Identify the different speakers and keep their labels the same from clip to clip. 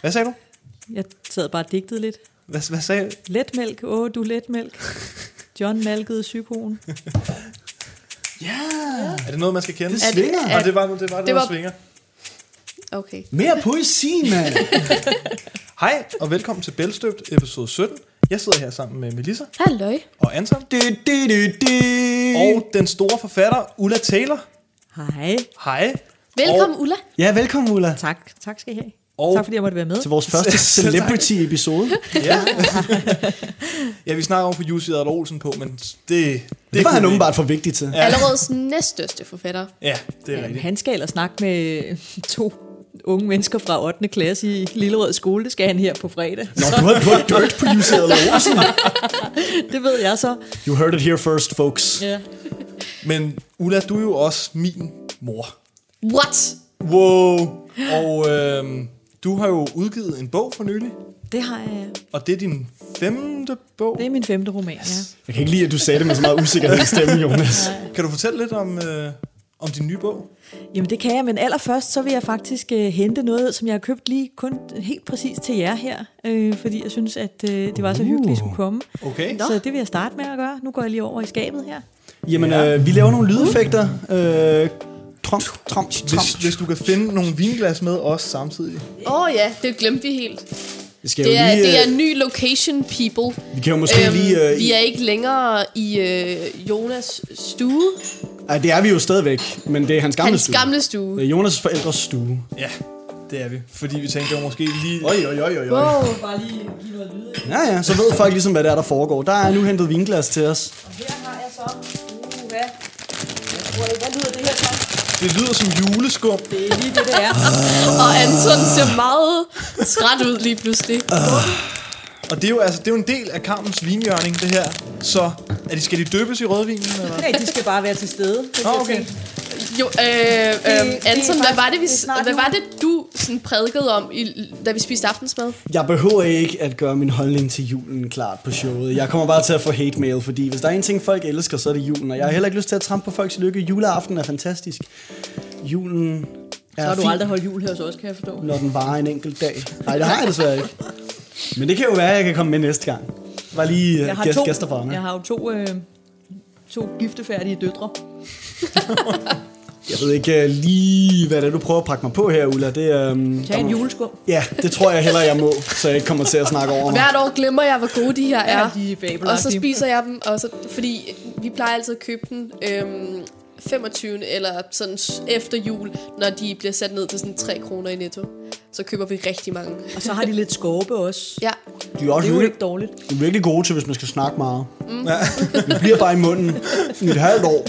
Speaker 1: Hvad sagde du?
Speaker 2: Jeg sad bare og digtede lidt.
Speaker 1: Hvad, hvad sagde
Speaker 2: Letmælk, åh du letmælk. John malkede psykoen.
Speaker 1: Ja! Er det noget, man skal kende?
Speaker 3: Det svinger.
Speaker 1: Ja, det var, det var, det
Speaker 3: Det
Speaker 1: var
Speaker 3: var-
Speaker 1: svinger.
Speaker 3: Okay.
Speaker 4: Mere poesi, mand!
Speaker 1: Hej, og velkommen til Bælstøbt, episode 17. Jeg sidder her sammen med Melissa
Speaker 3: Halløj.
Speaker 1: og Anton.
Speaker 4: Du, du, du, du.
Speaker 1: Og den store forfatter, Ulla Taylor.
Speaker 2: Hej.
Speaker 1: Hej.
Speaker 3: Velkommen, Ulla.
Speaker 4: Ja, velkommen, Ulla,
Speaker 2: Tak. Tak skal I have.
Speaker 1: Og-
Speaker 2: Og tak fordi jeg måtte være med.
Speaker 4: til vores første celebrity-episode.
Speaker 1: Og, ja. ja, vi snakker om for Jussi Adler Olsen på, men det... Det,
Speaker 4: Det var
Speaker 1: kunne
Speaker 4: han
Speaker 1: vi-
Speaker 4: åbenbart for vigtig til.
Speaker 3: Allereds næststørste forfatter.
Speaker 1: Ja, det er
Speaker 2: Jamen,
Speaker 1: rigtigt.
Speaker 2: han skal ellers snakke med øh, to unge mennesker fra 8. klasse i Lillerød Skole. Det skal han her på fredag.
Speaker 4: Nå, du har på dirt producer eller Olsen.
Speaker 2: Det ved jeg så.
Speaker 4: You heard it here first, folks.
Speaker 2: Ja.
Speaker 1: Men Ulla, du er jo også min mor.
Speaker 3: What?
Speaker 1: Wow. Og øhm, du har jo udgivet en bog for nylig,
Speaker 2: Det har jeg.
Speaker 1: og det er din femte bog.
Speaker 2: Det er min femte roman, ja.
Speaker 4: Jeg kan ikke lide, at du sagde det med så meget usikkerhed i stemmen, Jonas.
Speaker 1: Kan du fortælle lidt om, øh, om din nye bog?
Speaker 2: Jamen det kan jeg, men allerførst så vil jeg faktisk øh, hente noget, som jeg har købt lige kun helt præcis til jer her, øh, fordi jeg synes, at øh, det var så hyggeligt, at I
Speaker 1: Uh.
Speaker 2: skulle komme.
Speaker 1: Okay.
Speaker 2: Så det vil jeg starte med at gøre. Nu går jeg lige over i skabet her.
Speaker 4: Jamen, øh, vi laver nogle lydeffekter. Øh, trom, trom, trom.
Speaker 1: Hvis, hvis du kan finde nogle vinglas med os samtidig.
Speaker 3: Åh oh, ja, det glemte vi helt.
Speaker 4: Vi, skal jo
Speaker 3: Det er,
Speaker 4: lige,
Speaker 3: det er
Speaker 4: øh,
Speaker 3: ny location, people.
Speaker 4: vi kan jo måske
Speaker 3: Øhm,
Speaker 4: lige... Øh,
Speaker 3: vi er ikke længere i øh, Jonas stue.
Speaker 4: Ej, det er vi jo stadigvæk, men det er hans gamle
Speaker 3: Hans
Speaker 4: stue.
Speaker 3: gamle stue.
Speaker 4: Det er Jonas' forældres stue.
Speaker 1: Ja, det er vi. Fordi vi tænkte, det var måske lige...
Speaker 4: Oj, oj, oj, oj, oj.
Speaker 3: Wow.
Speaker 2: Bare lige give noget lyd.
Speaker 4: Ja, ja, så ved folk ligesom, hvad det er, der foregår. Der er nu hentet vinglas til os.
Speaker 2: Her har jeg så... Uh, hvad? Jeg tror, det- hvad lyder det her så?
Speaker 1: Det lyder som juleskum.
Speaker 2: Det er lige det, det er.
Speaker 3: Og Anton ser meget træt ud lige pludselig.
Speaker 1: Og det er jo, altså, det er jo en del af Carmens vinjørning, det her. Så er de, skal de døbes i rødvinen? Eller?
Speaker 2: Nej, de skal bare være til stede. Det
Speaker 1: Nå,
Speaker 2: er
Speaker 1: okay.
Speaker 2: fint.
Speaker 3: Jo, øh, øh,
Speaker 2: det er
Speaker 3: Anton, hvad
Speaker 2: faktisk-
Speaker 3: var det, vi,
Speaker 2: det er snart
Speaker 3: hvad
Speaker 2: jul.
Speaker 3: var det du sådan prædikede om, i, da vi spiste aftensmad?
Speaker 4: Jeg behøver ikke at gøre min holdning til julen klart på showet. Jeg kommer bare til at få hate mail, fordi hvis der er en ting, folk elsker, så er det julen. Og jeg har heller ikke lyst til at trampe på folks lykke. Juleaften er fantastisk. Julen er
Speaker 2: Så har du
Speaker 4: fin,
Speaker 2: aldrig holdt jul her hos os, kan jeg forstå.
Speaker 4: når den varer en enkelt dag. Nej, det har jeg desværre ikke. Men det kan jo være, at jeg kan komme med næste gang. Var lige
Speaker 2: Jeg
Speaker 4: jeg
Speaker 2: har,
Speaker 4: gæst,
Speaker 2: to,
Speaker 4: gæster for
Speaker 2: jeg
Speaker 4: mig.
Speaker 2: har jo to, øh, to giftefærdige døtre.
Speaker 4: Jeg ved ikke øh, lige, hvad det er, du prøver at pakke mig på her, Ulla. Det, øhm,
Speaker 2: Tag en juleskum.
Speaker 4: Ja, det tror jeg heller, jeg må, så jeg ikke kommer til at snakke over mig.
Speaker 3: Hvert år glemmer jeg, hvor gode de her er.
Speaker 2: Ja, de er fabelagtige.
Speaker 3: og så spiser jeg dem, og så, fordi vi plejer altid at købe den øhm, 25. eller sådan s- efter jul, når de bliver sat ned til sådan 3 kroner i netto. Så køber vi rigtig mange.
Speaker 2: Og så har de lidt skorpe også.
Speaker 4: De
Speaker 3: Ja,
Speaker 4: er også
Speaker 2: Det er jo
Speaker 4: virkelig,
Speaker 2: ikke dårligt.
Speaker 4: de er virkelig gode til, hvis man skal snakke meget. Mm. Det bliver bare i munden i et halvt år.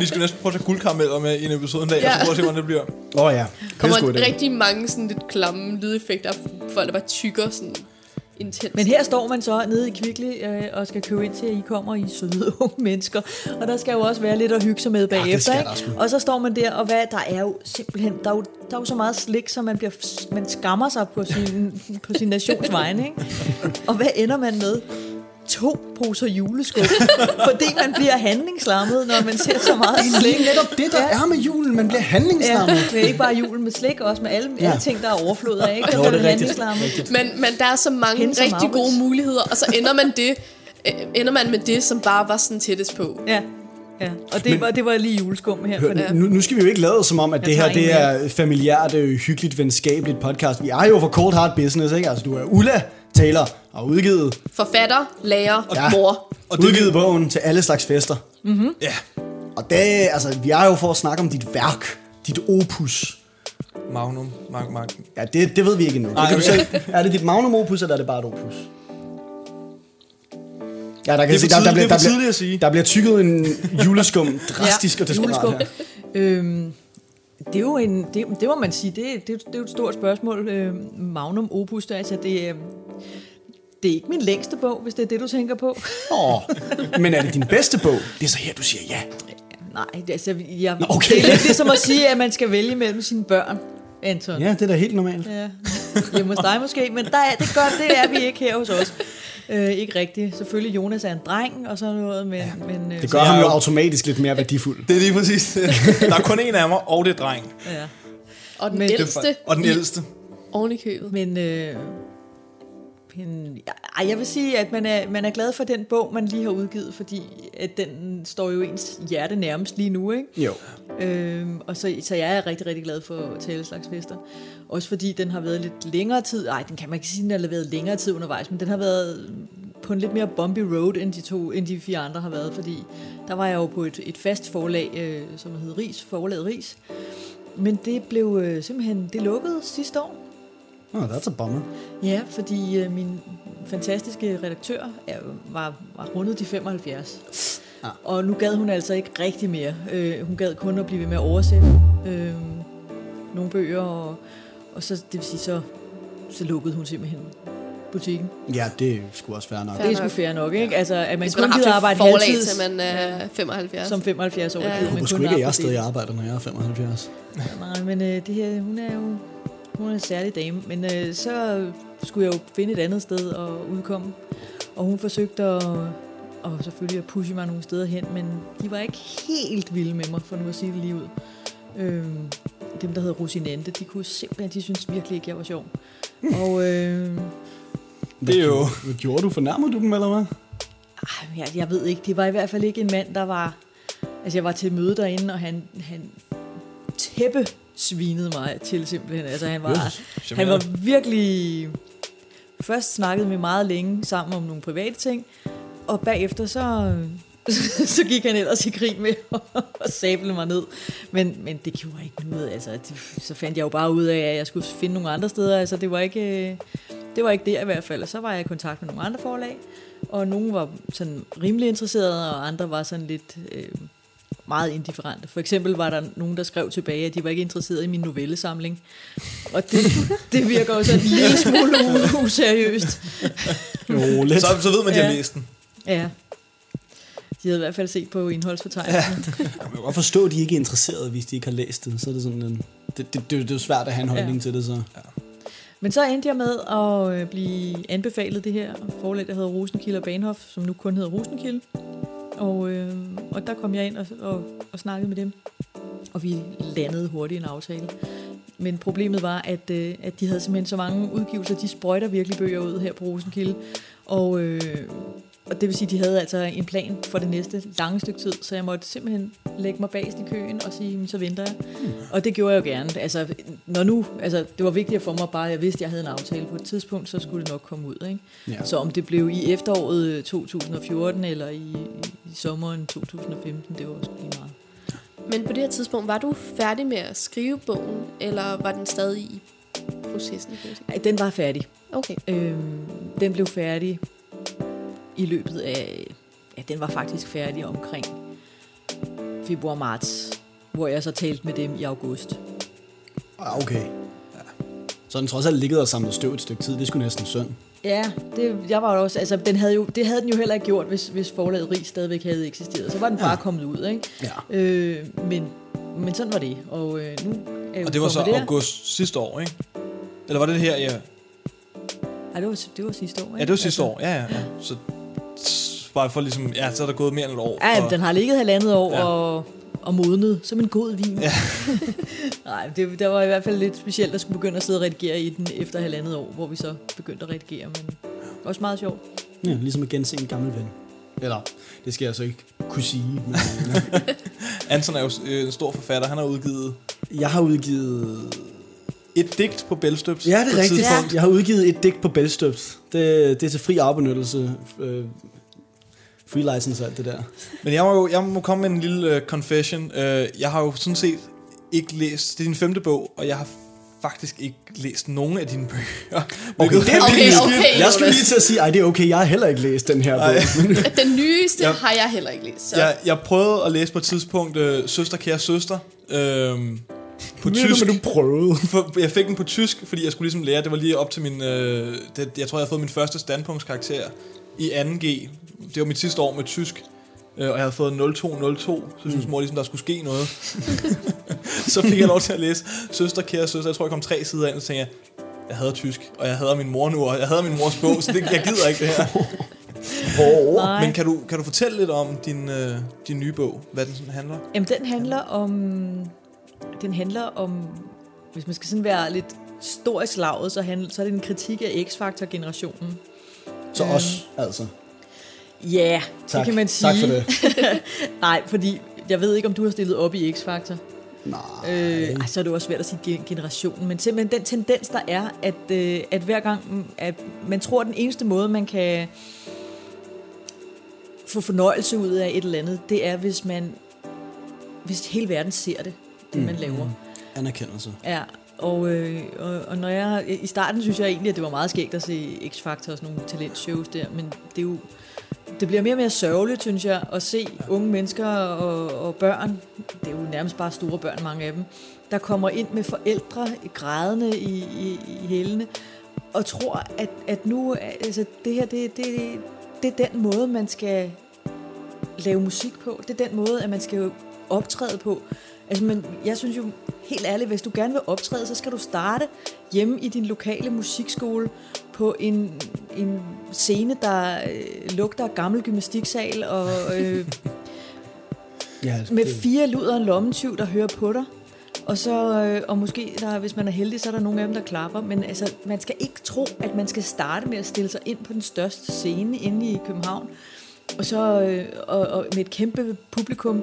Speaker 1: Vi skal næsten prøve at tage guldkarameller med i en episode en dag, ja. og
Speaker 3: Ja.
Speaker 1: så prøve at se, hvordan det bliver.
Speaker 4: Åh oh, ja,
Speaker 3: kommer
Speaker 4: Pissegod idé.
Speaker 3: rigtig mange sådan lidt klamme lydeffekter af folk, der bare tykker sådan intens.
Speaker 2: Men her står man så nede i Kvickly øh, og skal købe ind til, at I kommer i søde unge mennesker. Og der skal jo også være lidt at hygge sig med bagefter.
Speaker 4: skal
Speaker 2: ikke?
Speaker 4: der sgu.
Speaker 2: og så står man der, og hvad, der er jo simpelthen der er jo, der er jo så meget slik, så man, bliver, man skammer sig på sin, på sin nations vegne. Ikke? Og hvad ender man med? To poser juleskum. Fordi man bliver handlingslammet, når man ser så meget slik.
Speaker 4: Det er netop det, der er med julen. Man bliver
Speaker 2: Ja,
Speaker 4: handlingslammet.
Speaker 2: det er ikke bare julen med slik, også med alle,
Speaker 4: Ja.
Speaker 2: alle ting, der er overflod af. Ikke? Der
Speaker 4: Jo,
Speaker 2: bliver
Speaker 4: det
Speaker 2: man
Speaker 4: er rigtigt.
Speaker 2: handlingslammet.
Speaker 3: Men, men der er så mange
Speaker 2: Hende
Speaker 3: Hende
Speaker 2: som
Speaker 3: rigtig
Speaker 2: Maurits.
Speaker 3: gode muligheder, og så ender man det, øh, ender man med det, som bare var sådan tættest på.
Speaker 2: Ja, ja. og det, Men, var, det var lige juleskum her. For
Speaker 4: Hør, nu, nu skal vi jo ikke lade som om, at
Speaker 2: Jeg
Speaker 4: det her
Speaker 2: tager en
Speaker 4: det er familiært, øh, hyggeligt, venskabeligt podcast. Vi er jo for cold hard business, ikke? Altså, du er Ulla Taylor og udgivet,
Speaker 3: Forfatter, lærer og
Speaker 4: Ja.
Speaker 3: ja. mor.
Speaker 1: Og
Speaker 4: og
Speaker 1: det-
Speaker 4: udgivet bogen til alle slags fester.
Speaker 2: Mm.
Speaker 1: Ja,
Speaker 4: Og det, altså, vi er jo for at snakke om dit værk, dit opus.
Speaker 1: Magnum, Mark, Mark.
Speaker 4: Ja, det, det ved vi ikke endnu.
Speaker 1: Ej,
Speaker 4: Ej, kan du
Speaker 1: okay.
Speaker 4: selv, er det dit magnum opus, eller er det bare et opus? Ja, der
Speaker 1: Det
Speaker 4: kan
Speaker 1: er
Speaker 4: jeg
Speaker 1: for
Speaker 4: se, der,
Speaker 1: tidligt- det
Speaker 4: der,
Speaker 1: er
Speaker 4: bliver,
Speaker 1: for
Speaker 4: der,
Speaker 1: tidligt
Speaker 4: bliver,
Speaker 1: at sige.
Speaker 4: der bliver tykket en juleskum drastisk ja, og desperat juleskum. her.
Speaker 2: Øhm, det er jo en, det, det må man sige, det, det, det er jo et stort spørgsmål. Øhm, magnum opus, der, altså det, er- det er ikke min længste bog, hvis det er det, du tænker på.
Speaker 4: Åh, men er det din bedste bog? Det er så her, du siger ja.
Speaker 2: Nej, det- altså, jeg,
Speaker 4: Nå, okay.
Speaker 2: det er lidt ligesom at sige, at man skal vælge mellem sine børn, Anton.
Speaker 4: Ja, det er da helt normalt.
Speaker 2: Ja, hjemme hos dig måske, men der er, det, gør, det er vi ikke her hos os. Øh, ikke rigtigt. Selvfølgelig, Jonas er en dreng og sådan noget, men... Ja, men øh,
Speaker 4: Det gør
Speaker 1: jeg
Speaker 4: ham
Speaker 1: er
Speaker 4: jo
Speaker 1: jo-
Speaker 4: automatisk lidt mere værdifuld.
Speaker 1: Det er lige præcis det. Der er kun en af mig, og det er dreng.
Speaker 2: ja.
Speaker 3: Og den
Speaker 2: Men-
Speaker 3: ældste.
Speaker 1: Og den ældste.
Speaker 3: Oven i købet.
Speaker 2: Men øh, men, ej, jeg vil sige, at man er, man er glad for den bog, man lige har udgivet, fordi at den står jo ens hjerte nærmest lige nu, ikke?
Speaker 4: Jo.
Speaker 2: Øhm, og så, så jeg er rigtig, rigtig glad for til alle slags fester. Også fordi den har været lidt længere tid. Nej, den kan man ikke sige, den har været længere tid undervejs, men den har været på en lidt mere bumpy road, end de, to, end de fire andre har været, fordi der var jeg jo på et, et fast forlag, øh, som hed Ris, forlaget Ris. Men det blev øh, simpelthen, det lukkede sidste år.
Speaker 4: Nå, oh, that's a bummer.
Speaker 2: Ja, fordi øh, min fantastiske redaktør er, jo- var, var rundet de 75.
Speaker 4: Ah.
Speaker 2: Og nu gad hun altså ikke rigtig mere. Øh, hun gad kun at blive ved med at oversætte øh, nogle bøger, og, og så, det vil sige, så, så lukkede hun simpelthen butikken.
Speaker 4: Ja, det skulle også være nok.
Speaker 2: det er sgu
Speaker 3: nok.
Speaker 2: fair nok, ikke? Altså, at man
Speaker 3: Hvis
Speaker 2: kun
Speaker 3: man har
Speaker 2: gider
Speaker 3: haft et
Speaker 2: arbejde
Speaker 3: forlag,
Speaker 2: halvtids
Speaker 3: til man er 75.
Speaker 2: som 75 år.
Speaker 3: Ja.
Speaker 2: Ja.
Speaker 3: Jeg
Speaker 4: Jeg håber sgu ikke, at jeg stadig arbejder, når jeg er 75.
Speaker 2: Nej, men øh, det her, hun er jo hun er en særlig dame. Men øh, så skulle jeg jo finde et andet sted at udkomme. Og hun forsøgte at, og selvfølgelig at pushe mig nogle steder hen, men de var ikke helt vilde med mig, for nu at sige det lige ud. Øh, dem, der hed Rosinante, de kunne simpelthen, de syntes virkelig ikke, jeg var sjov. Og øh,
Speaker 1: Det er jo-
Speaker 4: Hvad gjorde du? Fornærmede du dem, eller hvad?
Speaker 2: Ej, jeg, jeg ved ikke. Det var i hvert fald ikke en mand, der var... Altså, jeg var til et møde derinde, og han, han tæppe svinede mig til simpelthen. Altså, han var, han var virkelig... Først snakkede vi meget længe sammen om nogle private ting, og bagefter så, så gik han ellers i krig med og sablede mig ned. Men, men det gjorde ikke noget. Altså, det, så fandt jeg jo bare ud af, at jeg skulle finde nogle andre steder. Altså, det var ikke... øh, det var ikke det i hvert fald, og så var jeg i kontakt med nogle andre forlag, og nogle var sådan rimelig interesserede, og andre var sådan lidt øh, meget indifferente. For eksempel var der nogen, der skrev tilbage, at de var ikke interesserede i min novellesamling, og det, det virker jo sådan en lille smule u- useriøst.
Speaker 4: Jo, lidt.
Speaker 1: Så, så ved man, at de har
Speaker 2: Ja.
Speaker 1: læst den.
Speaker 2: Ja. De havde i hvert fald set på indholdsfortegnelsen. Ja.
Speaker 4: Jeg kan godt forstå, at de ikke er interesserede, hvis de ikke har læst det. Så er det sådan en... Det, det, det, det er jo svært at have en holdning ja.
Speaker 2: Ja.
Speaker 4: til det, så.
Speaker 2: Men så endte jeg med at øh, blive anbefalet det her forlag, der hedder Rosenkilde og Bahnhof, som nu kun hedder Rosenkilde. Og, øh, og der kom jeg ind og, og, og snakkede med dem, og vi landede hurtigt en aftale. Men problemet var, at, øh, at de havde simpelthen så mange udgivelser, de sprøjter virkelig bøger ud her på Rosenkilde. Og, øh, og det vil sige, at de havde altså en plan for det næste lange stykke tid, så jeg måtte simpelthen lægge mig bagest i køen og sige, "Men så venter jeg. Og det gjorde jeg jo gerne. Altså, når nu, altså, det var vigtigt for mig bare, at jeg vidste, at jeg havde en aftale på et tidspunkt, så skulle det nok komme ud. Ikke?
Speaker 4: Ja.
Speaker 2: Så om det blev i efteråret øh, 2014 eller i, i, i sommeren 2015, det var også lige meget.
Speaker 3: Men på det her tidspunkt, var du færdig med at skrive bogen, eller var den stadig i processen? kan man sige?
Speaker 2: Ej, den var færdig.
Speaker 3: Okay.
Speaker 2: Øhm, den blev færdig i løbet af... Ja, den var faktisk færdig omkring februar-marts, hvor jeg så talte med dem i august.
Speaker 4: Ah, okay. Ja. Så den trods alt ligget og samlet støv et stykke tid. Det skulle næsten synd.
Speaker 2: Ja, det, jeg var jo også, altså, den havde jo, det havde den jo heller ikke gjort, hvis, hvis forlaget Rig stadigvæk havde eksisteret. Så var den bare ja. kommet ud, ikke?
Speaker 4: Ja.
Speaker 2: Øh, men, men sådan var det. Og øh, nu er jeg
Speaker 1: Og det var
Speaker 2: kommet
Speaker 1: så
Speaker 2: der.
Speaker 1: august sidste år, ikke? Eller var det det her, ja?
Speaker 2: Ej, det var, det var sidste år, ikke?
Speaker 1: Ja, det var sidste
Speaker 2: Altså,
Speaker 1: år. Ja, ja, ja. Så s- bare for ligesom, ja, så er der gået mere end et år.
Speaker 2: Ja,
Speaker 1: for-
Speaker 2: den har ligget halvandet år
Speaker 1: Ja.
Speaker 2: ja. og, og modnet som en god vin. Ja. Nej, det, der var i hvert fald lidt specielt at skulle begynde at sidde og redigere i den efter halvandet år, hvor vi så begyndte at redigere, men også meget sjovt.
Speaker 4: ja. Ligesom at gense en gammel ven. Eller, det skal jeg så ikke kunne sige. Men, øh,
Speaker 1: Anton er jo øh, en stor forfatter. Han har udgivet
Speaker 4: jeg har udgivet
Speaker 1: et digt på Bellstøbs.
Speaker 4: Ja, det
Speaker 1: på
Speaker 4: er
Speaker 1: et
Speaker 4: rigtigt.
Speaker 1: tidspunkt.
Speaker 4: Jeg har udgivet et digt på Bellstøbs. Det, det er til fri afbenyttelse. Øh, free license og alt det der.
Speaker 1: Men jeg må, jo, jeg må komme med en lille uh, confession. Uh, jeg har jo sådan set ikke læst... Det er din femte bog, og jeg har faktisk ikke læst nogen af dine bøger. Hvilket
Speaker 4: det er
Speaker 1: virkelig
Speaker 3: okay,
Speaker 1: skidt.
Speaker 3: okay.
Speaker 4: Jeg skulle lige til at sige, ej, det er okay, jeg har heller ikke læst den her bog.
Speaker 3: Den nyeste
Speaker 1: Ja.
Speaker 3: ja. har jeg heller ikke læst. Så. Ja.
Speaker 1: Jeg, jeg prøvede at læse på et tidspunkt uh, Søster, kære søster. Uh, på
Speaker 4: Men nu
Speaker 1: tysk.
Speaker 4: må du prøve.
Speaker 1: For- Jeg fik den på tysk, fordi jeg skulle ligesom lære. Det var lige op til min... Øh, det, jeg tror, jeg havde fået min første standpunktskarakter i 2G. Det var mit sidste år med tysk. Øh, og jeg havde fået 0202. Så synes mor ligesom, der skulle ske noget. så fik jeg lov til at læse Søster, kære søster. Jeg tror, jeg kom tre sider ind, og så tænkte jeg, jeg hader tysk, og jeg hader min mor nu, og jeg hader min mors bog, så det, jeg gider ikke det her.
Speaker 4: Oh.
Speaker 2: Nej.
Speaker 1: Men kan du, kan du fortælle lidt om din, øh, din nye bog? Hvad den sådan handler?
Speaker 2: Jamen, den handler om... Den handler om... Hvis man skal sådan være lidt historisk lavet, så, han, så er det en kritik af X-Factor-generationen.
Speaker 4: Så os, altså.
Speaker 2: Ja, yeah,
Speaker 4: Tak.
Speaker 2: det kan man sige.
Speaker 4: Tak for det.
Speaker 2: Nej, fordi jeg ved ikke, om du har stillet op i X-Factor.
Speaker 4: Nej.
Speaker 2: Øh, ej, så er det jo også svært at sige gen- generationen, men simpelthen den tendens, der er, at, øh, at hver gang mm, at man tror, at den eneste måde, man kan få fornøjelse ud af et eller andet, det er, hvis man hvis hele verden ser det, det man laver.
Speaker 4: Anerkendelse.
Speaker 2: Ja, og, øh, og, og når jeg, i starten synes jeg egentlig, at det var meget skægt at se X-Factor og sådan nogle talentshows der, men det er jo, det bliver mere og mere sørgeligt, synes jeg, at se unge mennesker og, og børn, det er jo nærmest bare store børn, mange af dem, der kommer ind med forældre grædende i, i, i hælene, og tror, at, at nu, altså det her, det, det, det er den måde, man skal lave musik på. Det er den måde, at man skal jo optræde på. Altså, men jeg synes jo helt ærligt, hvis du gerne vil optræde, så skal du starte hjemme i din lokale musikskole på en, en scene, der øh, lugter af gammel gymnastiksal og øh,
Speaker 4: Ja,
Speaker 2: med
Speaker 4: det-
Speaker 2: fire luder og en lommetyv, der hører på dig. Og så, øh, og måske, der, hvis man er heldig, så er der nogle af dem, der klapper. Men altså, man skal ikke tro, at man skal starte med at stille sig ind på den største scene inde i København. Og så øh, og, og med et kæmpe publikum.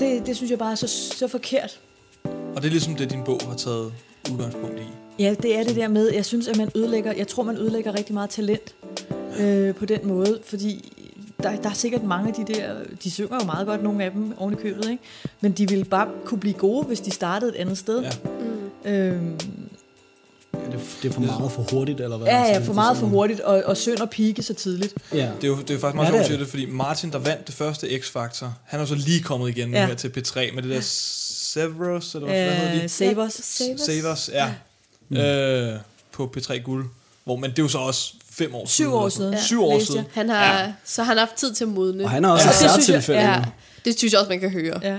Speaker 2: Det, det synes jeg bare er så, så forkert.
Speaker 1: Og det er ligesom det, din bog har taget udgangspunkt i.
Speaker 2: Ja, det er det der med, jeg synes, at man ødelægger, jeg tror, man ødelægger rigtig meget talent øh, på den måde, fordi der, der er sikkert mange af de der, de synger jo meget godt, nogle af dem oven i købet, ikke? men de ville bare kunne blive gode, hvis de startede et andet sted.
Speaker 1: Ja.
Speaker 2: Ja, øhm,
Speaker 4: Ja, det, det er for meget for hurtigt, eller hvad?
Speaker 2: ja, ja
Speaker 4: Sådan,
Speaker 2: for meget
Speaker 4: det
Speaker 2: for
Speaker 4: er
Speaker 2: hurtigt, og, og synd og pike så tidligt.
Speaker 4: sådan- Ja.
Speaker 1: Det er jo det er faktisk
Speaker 4: Ja,
Speaker 1: meget sjovt,
Speaker 4: det er
Speaker 1: at sige
Speaker 4: det.
Speaker 1: det, fordi Martin, der vandt det første X-Factor, han er jo så lige kommet igen nu
Speaker 2: Ja.
Speaker 1: her til P3 med det der Severus, eller hvad, hvad hedder
Speaker 2: Øh,
Speaker 1: de?
Speaker 2: Sabers.
Speaker 1: Savers, ja. Øh, på P3 Guld. Hvor, men det er jo så også fem år
Speaker 2: Syv
Speaker 1: siden.
Speaker 2: år
Speaker 1: eller sådan
Speaker 2: siden.
Speaker 1: noget. Syv år
Speaker 2: læste
Speaker 1: siden.
Speaker 2: jeg.
Speaker 3: Han har, ja. Så han har haft tid til at modne.
Speaker 4: Og han er også altså-
Speaker 2: Ja.
Speaker 4: et
Speaker 2: Det synes jeg-
Speaker 4: særtilfælde.
Speaker 3: ja, det synes jeg også, man kan høre.
Speaker 2: Ja.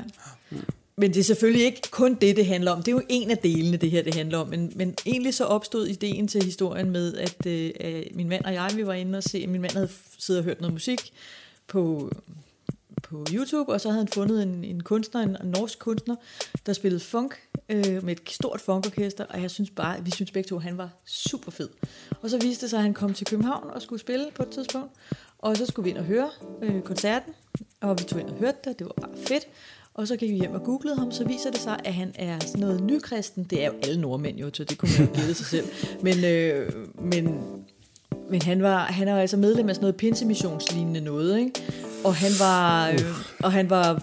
Speaker 2: Men det er selvfølgelig ikke kun det, det handler om. Det er jo en af delene, det her det handler om. Men, men egentlig så opstod ideen til historien med, at øh, øh, min mand og jeg, vi var inde og se, min mand havde f- siddet og hørt noget musik på, på YouTube, og så havde han fundet en, en kunstner, en norsk kunstner, der spillede funk øh, med et stort funkorkester, og jeg synes bare, vi synes begge to, han var super fed. Og så viste det sig, at han kom til København og skulle spille på et tidspunkt, og så skulle vi ind og høre øh, koncerten, og vi tog ind og hørte det, og det var bare fedt. Og så gik vi hjem og googlede ham, så viser det sig, at han er sådan noget nykristen. Det er jo alle nordmænd jo, så det kunne man jo give sig selv. Men, øh, men men han var, han var altså medlem af sådan noget pinsemissionslignende noget, ikke? Og han var, øh, og han var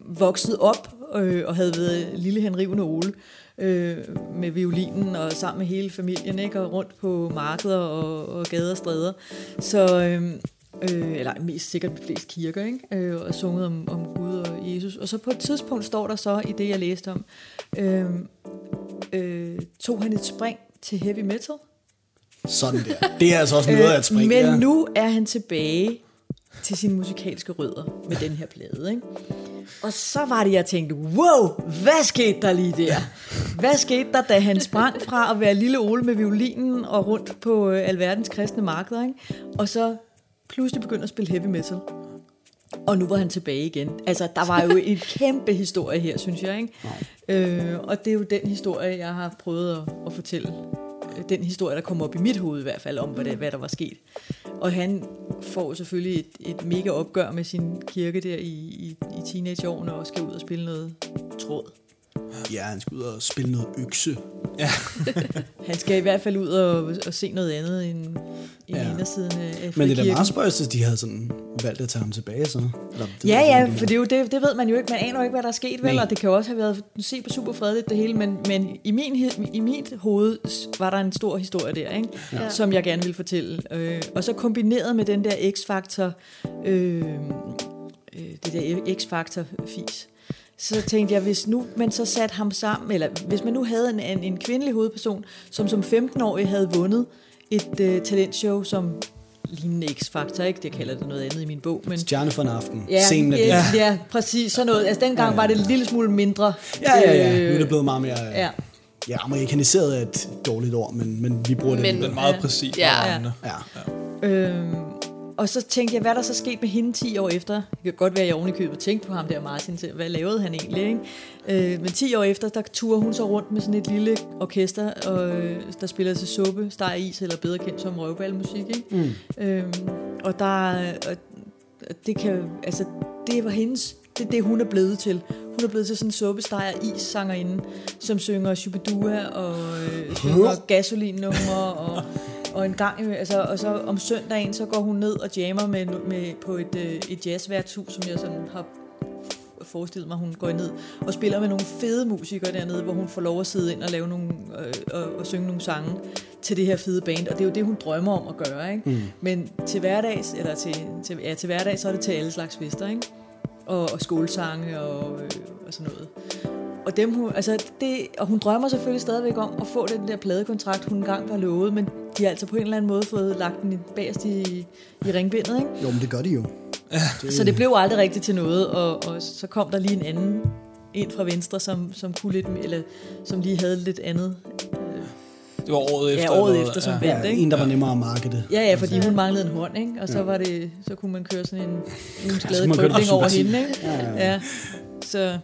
Speaker 2: vokset op øh, og havde været lille Henrivende Ole øh, med violinen og sammen med hele familien, ikke? Og rundt på markeder og, og gader og stræder. Så, øh, øh, eller mest sikkert de fleste kirker, ikke? Øh, og sunget om, om Gud og Jesus. Og så på et tidspunkt står der så i det, jeg læste om, øh, øh, tog han et spring til heavy metal.
Speaker 4: Sådan der. Det er altså også noget af et spring.
Speaker 2: Øh, Men
Speaker 4: ja.
Speaker 2: nu er han tilbage til sine musikalske rødder med den her plade, ikke? Og så var det, jeg tænkte, wow, hvad skete der lige der? Hvad skete der, da han sprang fra at være lille Ole med violinen og rundt på øh, alverdens kristne markeder, ikke? Og så pludselig begyndte at spille heavy metal. Og nu var han tilbage igen. Altså, der var jo en kæmpe historie her, synes jeg, ikke? Øh, og det er jo den historie, jeg har prøvet at, at fortælle. Øh, Den historie, der kom op i mit hoved i hvert fald, om hvad, det, hvad der var sket. Og han får selvfølgelig et, et mega opgør med sin kirke der i, i, i teenageårene, og skal ud og spille noget tråd.
Speaker 4: Ja, han skal ud og spille noget økse.
Speaker 2: Han skal i hvert fald ud og, og se noget andet end, end
Speaker 4: Ja.
Speaker 2: ja. indersiden af- af
Speaker 4: Men det er da
Speaker 2: frikirken.
Speaker 4: meget spøjst, at de havde sådan valgt at tage ham tilbage, så. Eller, det
Speaker 2: Ja,
Speaker 4: ved jeg
Speaker 2: ja,
Speaker 4: ikke,
Speaker 2: for
Speaker 4: om det-
Speaker 2: det, er jo, det, det ved man jo ikke. Man aner jo ikke, hvad der er sket, vel?
Speaker 4: Nej.
Speaker 2: Og det kan jo også have været super, super fredeligt det hele. Men, men i, min, he- i mit hoved s- var der en stor historie der, ikke? Ja. som jeg gerne ville fortælle. Øh, og så kombineret med den der X-faktor, øh, øh, det der X-faktor-fis, så tænkte jeg, hvis nu man så satte ham sammen, eller hvis man nu havde en, en, en kvindelig hovedperson, som som 15-årig havde vundet et øh, talentshow som lignende X-faktor, ikke? Det kalder det noget andet i min bog, men...
Speaker 4: Stjerne for en aften.
Speaker 2: Ja,
Speaker 4: Scenen er
Speaker 2: ja,
Speaker 4: det.
Speaker 2: ja. ja, præcis. Sådan noget. Altså, dengang var det en lille smule mindre.
Speaker 4: Ja, ja, ja. Nu er
Speaker 2: Øh,
Speaker 4: det blevet meget mere...
Speaker 2: ja.
Speaker 4: Ja, amerikaniseret er et dårligt ord, men, men vi bruger det
Speaker 3: Men-
Speaker 4: alligevel.
Speaker 1: Den er meget præcis.
Speaker 3: Ja.
Speaker 1: og rammende.
Speaker 4: Ja.
Speaker 2: Øhm, Og så tænkte jeg, hvad er der så sket med hende 10 år efter? Det kan godt være, at jeg oven i købet tænkte på ham der Martin, til, hvad lavede han egentlig? Ikke? Øh, men 10 år efter, der turer hun så rundt med sådan et lille orkester, og, øh, der spiller til suppe, steg is, eller bedre kendt som røvballmusik. Ikke? Mm. Øh, og der, og, og det kan, altså, det var hendes, det er det, hun er blevet til. Hun er blevet til sådan en suppesteg og issangerinde, som synger Shubidua og øh, synger gasolinummer og, og en gang, i- altså, og så om søndagen, så går hun ned og jammer med, med, på et, øh, et jazzværtshus, som jeg sådan har forestillet mig, hun går ned og spiller med nogle fede musikere dernede, hvor hun får lov at sidde ind og lave nogle, øh, og, og synge nogle sange til det her fede band, og det er jo det, hun drømmer om at gøre, ikke? Mm. Men til hverdags, eller til, til, ja, til hverdag, så er det til alle slags fester, ikke? Og, og skolesange og, øh, og sådan noget. Og, dem, hun, altså det, og hun drømmer selvfølgelig stadigvæk om at få den der pladekontrakt, hun engang var lovet, men de har altså på en eller anden måde fået lagt den i- bagerst i, i ringbindet, ikke?
Speaker 4: Jo, men det gør de jo.
Speaker 2: Så det blev aldrig rigtigt til noget, og, og så kom der lige en anden ind fra venstre, som, som kunne lidt, m- eller som lige havde lidt andet.
Speaker 1: Det var året
Speaker 2: Ja,
Speaker 1: efter.
Speaker 2: året
Speaker 1: eller-
Speaker 2: efter, som
Speaker 4: Ja,
Speaker 2: vandt, ikke?
Speaker 4: en, der var nemmere at markede.
Speaker 2: Ja, ja, fordi hun manglede en hånd, ikke? Og så, var det, så kunne man køre sådan en, en glad
Speaker 4: man køre
Speaker 2: krøbling over
Speaker 4: sympati.
Speaker 2: hende, ikke?
Speaker 4: Ja, ja.
Speaker 2: Ja, så,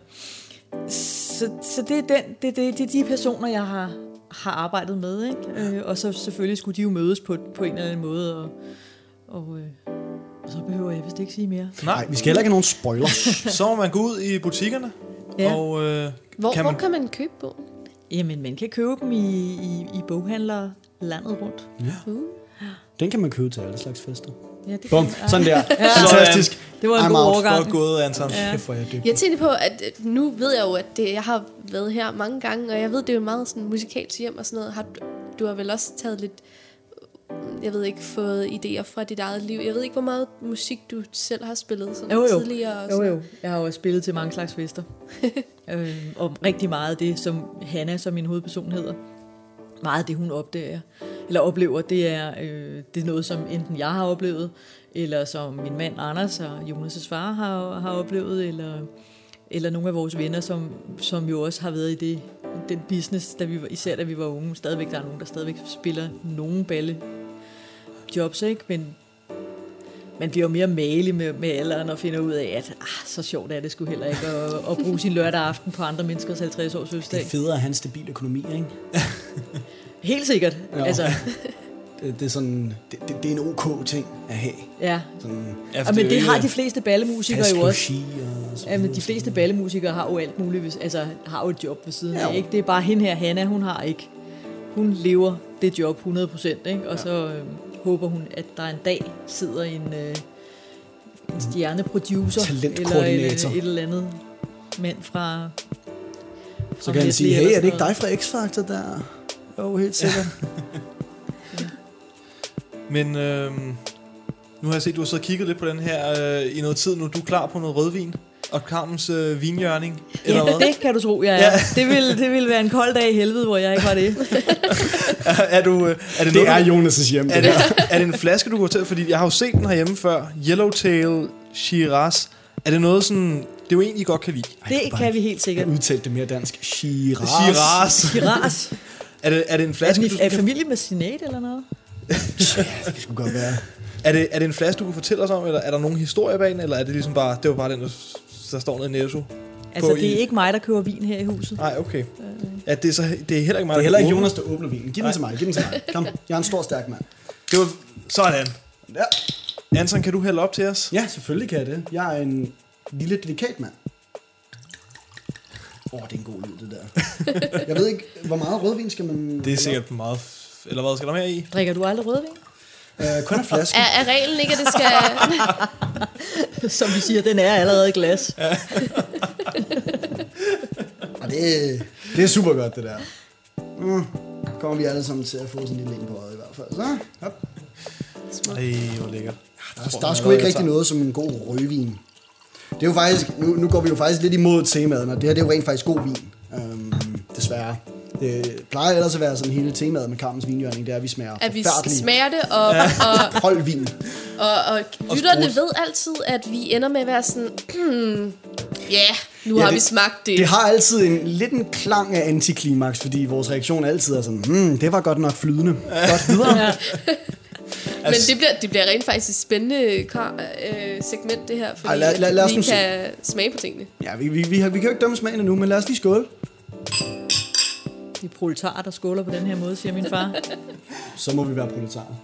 Speaker 2: så, så det, er den, det, det, det er de personer, jeg har, har arbejdet med, ikke? Øh, og så selvfølgelig skulle de jo mødes på, på en eller anden måde, og, og, øh, og så behøver jeg vist ikke sige mere.
Speaker 4: Nej, vi skal heller ikke have nogen spoilers.
Speaker 1: Så må man gå ud i butikkerne,
Speaker 2: Ja.
Speaker 1: og øh,
Speaker 3: Hvor
Speaker 1: kan man...
Speaker 3: hvor kan man købe bogen?
Speaker 2: Jamen, man kan købe dem i, i, i boghandlere landet rundt.
Speaker 3: Uh.
Speaker 4: Den kan man købe til alle slags fester.
Speaker 2: Ja, det
Speaker 4: Bum,
Speaker 2: kan-
Speaker 4: sådan der.
Speaker 2: Ja.
Speaker 4: Fantastisk.
Speaker 2: Det var en
Speaker 4: I'm
Speaker 2: god
Speaker 4: out.
Speaker 2: overgang.
Speaker 1: Godt gået, Anton.
Speaker 2: Ja.
Speaker 4: Kæft, hvor er jeg dybt.
Speaker 3: Jeg tænkte på, at øh, nu ved jeg jo, at det, jeg har været her mange gange, og jeg ved, det er jo meget sådan musikalsk hjem og sådan noget. Har, du- du har vel også taget lidt, øh, jeg ved ikke, fået idéer fra dit eget liv. Jeg ved ikke, hvor meget musik du selv har spillet sådan
Speaker 2: Jo, jo.
Speaker 3: tidligere. Og
Speaker 2: Jo,
Speaker 3: sådan.
Speaker 2: jo. Jeg har jo også spillet til mange slags fester. øhm, og rigtig meget af det, som Hanna, som min hovedperson hedder, meget af det, hun opdager, eller oplever, det er, øh, det er noget, som enten jeg har oplevet, eller som min mand Anders og Jonas' far har, har oplevet, eller, eller nogle af vores venner, som, som jo også har været i det, den business, da vi var, især da vi var unge. Stadigvæk, der er nogen, der stadigvæk spiller nogen balle jobs, ikke? Men man bliver jo mere malig med, med alderen og finder ud af, at ah, så sjovt er det sgu heller ikke at, at bruge sin lørdag aften på andre menneskers 50-års
Speaker 4: Det
Speaker 2: fødselsdag.
Speaker 4: er federe at have en stabil økonomi, ikke?
Speaker 2: Helt sikkert.
Speaker 4: Ja.
Speaker 2: Ja. Altså,
Speaker 4: Det, det er sådan, det, det, det er en ok ting at have.
Speaker 2: ja.
Speaker 4: Sådan
Speaker 1: Ja,
Speaker 2: ja
Speaker 1: for
Speaker 2: men det
Speaker 1: jo
Speaker 2: har
Speaker 1: ikke-
Speaker 2: de fleste ballemusikere
Speaker 4: fast
Speaker 2: jo også.
Speaker 4: logi og så
Speaker 2: Ja, men de
Speaker 4: videre.
Speaker 2: fleste ballemusikere har jo alt muligt, hvis, altså har jo et job ved siden
Speaker 4: Ja,
Speaker 2: af,
Speaker 4: jo.
Speaker 2: ikke? Det er bare hende her, Hanna, hun har ikke. Hun lever det job 100%, ikke? Og så øh, håber hun, at der en dag sidder en, øh, en stjerneproducer eller et,
Speaker 4: Talentkoordinator.
Speaker 2: et eller andet mand fra...
Speaker 4: Så kan han sige, hey, er det ikke dig fra X-Factor der? Jo, helt sikkert.
Speaker 1: Men øh, nu har jeg set, du har siddet og kigget lidt på den her øh, i noget tid nu. Du er klar på noget rødvin og Carmens øh, vinjørning, eller
Speaker 2: Ja,
Speaker 1: hvad?
Speaker 2: det kan du tro, jeg er. Ja. Det, ville, det ville være en kold dag i helvede, hvor jeg ikke var det.
Speaker 1: er, du, øh, er det,
Speaker 4: Det
Speaker 1: noget,
Speaker 4: er
Speaker 1: du-
Speaker 4: Jonas' hjem.
Speaker 1: er, det, er det en flaske, du går til? Fordi jeg har jo set den herhjemme før. Yellowtail Shiraz. Er det noget sådan... Det er jo en, I godt kan lide.
Speaker 2: Det kan vi helt sikkert.
Speaker 4: Jeg udtalte det mere dansk. Shiraz.
Speaker 1: Shiraz.
Speaker 2: Piras.
Speaker 1: Er det, er det en
Speaker 2: Er,
Speaker 1: flaske,
Speaker 2: den
Speaker 1: du,
Speaker 2: i, er familie med Sinead eller noget?
Speaker 4: Ja, det skulle godt være.
Speaker 1: er det, er det en flaske, du kan fortælle os om, eller er der nogen historie bag den, eller er det ligesom bare, det var bare den, der, der står nede i Netto?
Speaker 2: Altså,
Speaker 1: På
Speaker 2: det er
Speaker 1: i-
Speaker 2: ikke mig, der køber vin her i huset.
Speaker 1: Nej, okay.
Speaker 2: Øh.
Speaker 1: Ja, det, er så, det er heller ikke mig,
Speaker 4: Det er
Speaker 1: der
Speaker 4: heller ikke
Speaker 1: kan åbne.
Speaker 4: Jonas, der åbner vinen. Giv den til mig, giv den til mig. Kom, jeg er en stor, stærk mand.
Speaker 1: Det var, sådan.
Speaker 4: Ja.
Speaker 1: Anton, kan du hælde op til os?
Speaker 4: ja, selvfølgelig kan jeg det. Jeg er en lille, delikat mand. Åh, oh, det er en god lyd, det der. Jeg ved ikke, hvor meget rødvin skal man...
Speaker 1: Det er sikkert meget... f- Eller hvad skal der mere i?
Speaker 2: Drikker du aldrig rødvin?
Speaker 4: Øh, kun en flaske.
Speaker 3: Er, er reglen ikke, at det skal...
Speaker 2: Som vi siger, den er allerede i glas.
Speaker 4: Og det, det er super godt, det der. Mm. Kommer vi alle sammen til at få sådan en lille en på øjet i hvert fald. Så, hop.
Speaker 1: Ej, hvor lækker.
Speaker 4: Der, er- der er sgu ikke rigtig noget som en god rødvin. Det er jo faktisk, nu, nu går vi jo faktisk lidt imod temaet, og det her det er jo rent faktisk god vin, øhm, desværre. Det plejer ellers at være sådan hele temaet med Carmens vinjørning, det er, at vi smager
Speaker 3: at vi
Speaker 4: forfærdelige
Speaker 3: smager det, og, og,
Speaker 4: kold vin.
Speaker 3: og, og lytterne
Speaker 1: sprut.
Speaker 3: ved altid, at vi ender med at være sådan, hmm, ja, nu
Speaker 4: Ja,
Speaker 3: har
Speaker 4: det-
Speaker 3: vi smagt det.
Speaker 4: Det har altid en lidt en klang af antiklimaks, fordi vores reaktion altid er sådan, hmm, det var godt nok flydende. Godt videre.
Speaker 3: Men
Speaker 1: Altså,
Speaker 3: det bliver, det bliver rent faktisk et spændende kar, øh, segment, det her. Fordi
Speaker 4: Ej, lad- lad- lad os
Speaker 3: vi
Speaker 4: nu
Speaker 3: kan
Speaker 4: se.
Speaker 3: smage på tingene.
Speaker 4: Ja, vi, vi, vi, har, vi kan jo ikke dømme smagen endnu, men lad os lige skåle.
Speaker 2: De proletarer, der skåler på den her måde, siger min far.
Speaker 4: Så må vi være proletarer.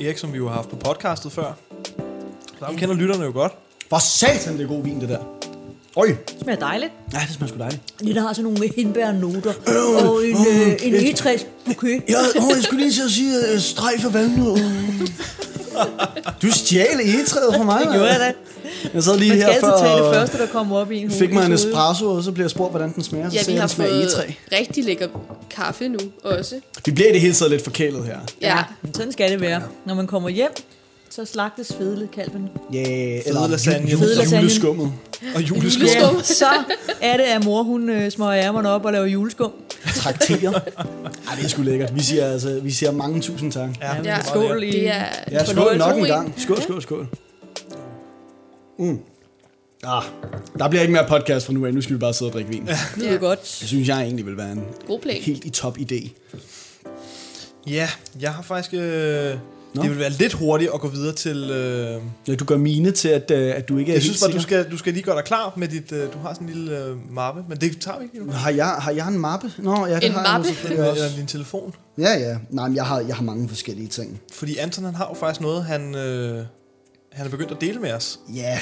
Speaker 1: Erik, som vi jo har haft på podcastet før. Så ham kender lytterne jo godt.
Speaker 4: Hvor satan, det er god vin, det der. Øj,
Speaker 2: Det smager dejligt.
Speaker 4: ja, det smager sgu dejligt.
Speaker 2: Det der har sådan nogle hindbærnoter og en, øh, en egetræs buket.
Speaker 4: Ja, åh, jeg skulle lige til at sige øh, streg for valnøden. Du stjal egetræet fra mig. Det
Speaker 2: gjorde jeg da.
Speaker 4: Jeg sad lige
Speaker 2: Man skal
Speaker 4: her
Speaker 2: altid
Speaker 4: før
Speaker 2: tage det
Speaker 4: og
Speaker 2: første, der kommer op i en
Speaker 4: fik mig en
Speaker 2: hovedet.
Speaker 4: espresso, og så bliver jeg spurgt, hvordan den smager. Så
Speaker 3: Ja, vi
Speaker 4: sagde jeg,
Speaker 3: har
Speaker 4: den smager
Speaker 3: fået
Speaker 4: egetræ.
Speaker 3: rigtig lækker kaffe nu også.
Speaker 4: Vi bliver i det hele taget lidt forkælet her.
Speaker 3: Ja.
Speaker 2: Ja, men sådan skal det være. Når man kommer hjem, så slagtes fedekalven.
Speaker 4: Ja, yeah,
Speaker 1: Fede lasagne.
Speaker 2: Fede
Speaker 4: eller
Speaker 2: lasagne.
Speaker 4: juleskummet.
Speaker 1: Og juleskum.
Speaker 3: Juleskum. Skum.
Speaker 2: Så er det, at mor hun øh, smøger ærmerne op og laver juleskum.
Speaker 4: Trakterer. Ej, det er sgu lækkert. Vi siger, altså, vi siger mange tusind tak.
Speaker 1: Ja,
Speaker 2: men
Speaker 1: det er
Speaker 2: skål
Speaker 1: godt, ja.
Speaker 2: i-
Speaker 3: Det er
Speaker 4: Ja, skål
Speaker 3: en fornøjelse.
Speaker 4: nok en
Speaker 3: Rolig.
Speaker 4: gang. Skål, skål, skål. Mm. Ah, der bliver ikke mere podcast fra nu af. Nu skal vi bare sidde og drikke vin. Det
Speaker 2: Det lyder
Speaker 3: Ja.
Speaker 2: godt.
Speaker 4: synes jeg egentlig vil være en
Speaker 3: God plan.
Speaker 4: helt i top idé.
Speaker 1: Ja, jeg har faktisk... Øh,
Speaker 4: Nå.
Speaker 1: det vil være lidt hurtigt at gå videre til... Øh,
Speaker 4: Ja, du gør mine til, at, øh, at du ikke er
Speaker 1: jeg
Speaker 4: helt
Speaker 1: synes bare,
Speaker 4: sikker.
Speaker 1: du skal, du skal lige gøre dig klar med dit... Øh, du har sådan en lille øh, mappe, men det tager vi ikke. endnu.
Speaker 4: Har jeg, har jeg en mappe? Nå, ja, det
Speaker 3: En
Speaker 4: har
Speaker 3: mappe?
Speaker 4: jeg nu selvfølgelig
Speaker 1: Eller, eller
Speaker 4: også.
Speaker 1: øh, din telefon.
Speaker 4: Ja, ja. Nej, men jeg har, jeg har mange forskellige ting.
Speaker 1: Fordi Anton, han har jo faktisk noget, han... Øh, han er begyndt at dele med os.
Speaker 4: Ja.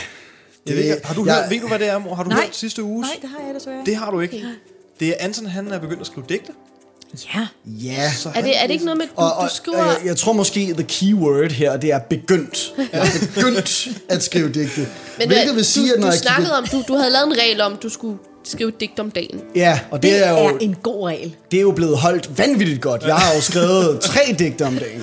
Speaker 1: Jeg ved, ikke, har du
Speaker 4: jeg-
Speaker 1: hørt, ved du, hvad det er, mor? Har du
Speaker 2: Nej.
Speaker 1: hørt sidste uge?
Speaker 2: Nej, det har jeg desværre.
Speaker 1: Det har du ikke. Det er Anton, han er begyndt at skrive digte.
Speaker 2: Ja.
Speaker 4: Ja.
Speaker 1: Så
Speaker 3: Er
Speaker 1: han,
Speaker 3: det, er det ikke noget med, at du,
Speaker 4: Og, og,
Speaker 3: du skriver...
Speaker 4: og jeg, jeg tror måske, the key word her, det er begyndt. Jeg er begyndt at skrive digte.
Speaker 3: Men øh,
Speaker 4: Hvilket
Speaker 3: du,
Speaker 4: vil sige,
Speaker 3: du,
Speaker 4: at når
Speaker 3: du
Speaker 4: jeg
Speaker 3: snakkede
Speaker 4: kigger...
Speaker 3: om, du, du havde lavet en regel om, du skulle skrive et digt om dagen.
Speaker 4: Ja, og det,
Speaker 2: Det
Speaker 4: er jo...
Speaker 2: er en god regel.
Speaker 4: Det er jo blevet holdt vanvittigt godt. Jeg har jo skrevet tre digte om dagen.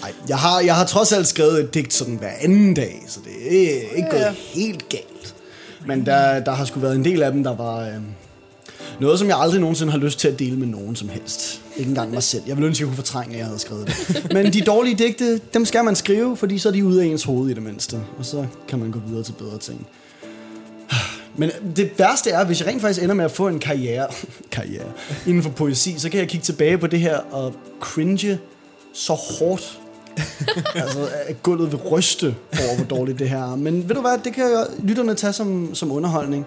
Speaker 4: Nej, jeg har, jeg har trods alt skrevet et digt sådan hver anden dag, så det er ikke gået helt galt. Men der, der har sgu været en del af dem, der var øh, noget, som jeg aldrig nogensinde har lyst til at dele med nogen som helst. Ikke engang mig selv. Jeg ville ønske, jeg kunne fortrænge, at jeg havde skrevet det. Men de dårlige digte, dem skal man skrive, fordi så er de ude af ens hoved i det mindste. Og så kan man gå videre til bedre ting. Men det værste er, hvis jeg rent faktisk ender med at få en karriere, karriere inden for poesi, så kan jeg kigge tilbage på det her og cringe så hårdt. altså, at gulvet vil ryste over, hvor dårligt det her er. Men ved du hvad, det kan jo lytterne tage som, som underholdning.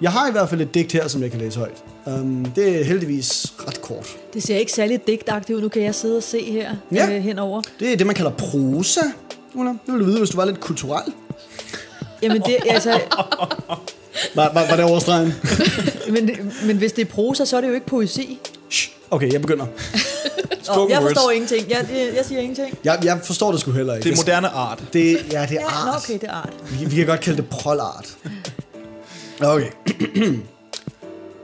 Speaker 4: Jeg har i hvert fald et digt her, som jeg kan læse højt. Um, det er heldigvis ret kort.
Speaker 2: Det ser ikke særlig digtagtigt ud. Nu kan jeg sidde og se her
Speaker 4: Ja.
Speaker 2: øh, henover.
Speaker 4: Det er det, man kalder prosa. Ulla, nu vil du vide, hvis du var lidt kulturel.
Speaker 2: Jamen det, altså,
Speaker 4: Var, var, var det overstregen?
Speaker 2: men, men hvis det er prosa, så er det jo ikke poesi.
Speaker 4: Shh. Okay, jeg begynder.
Speaker 2: Nå, jeg
Speaker 1: words.
Speaker 2: forstår ingenting. Jeg, jeg, jeg siger ingenting.
Speaker 4: Jeg, jeg forstår det sgu heller ikke.
Speaker 1: det er moderne art.
Speaker 4: Det, ja, det er
Speaker 2: Ja,
Speaker 4: art.
Speaker 2: nå, okay, det er art.
Speaker 4: Vi, vi kan godt kalde det prolart. Okay.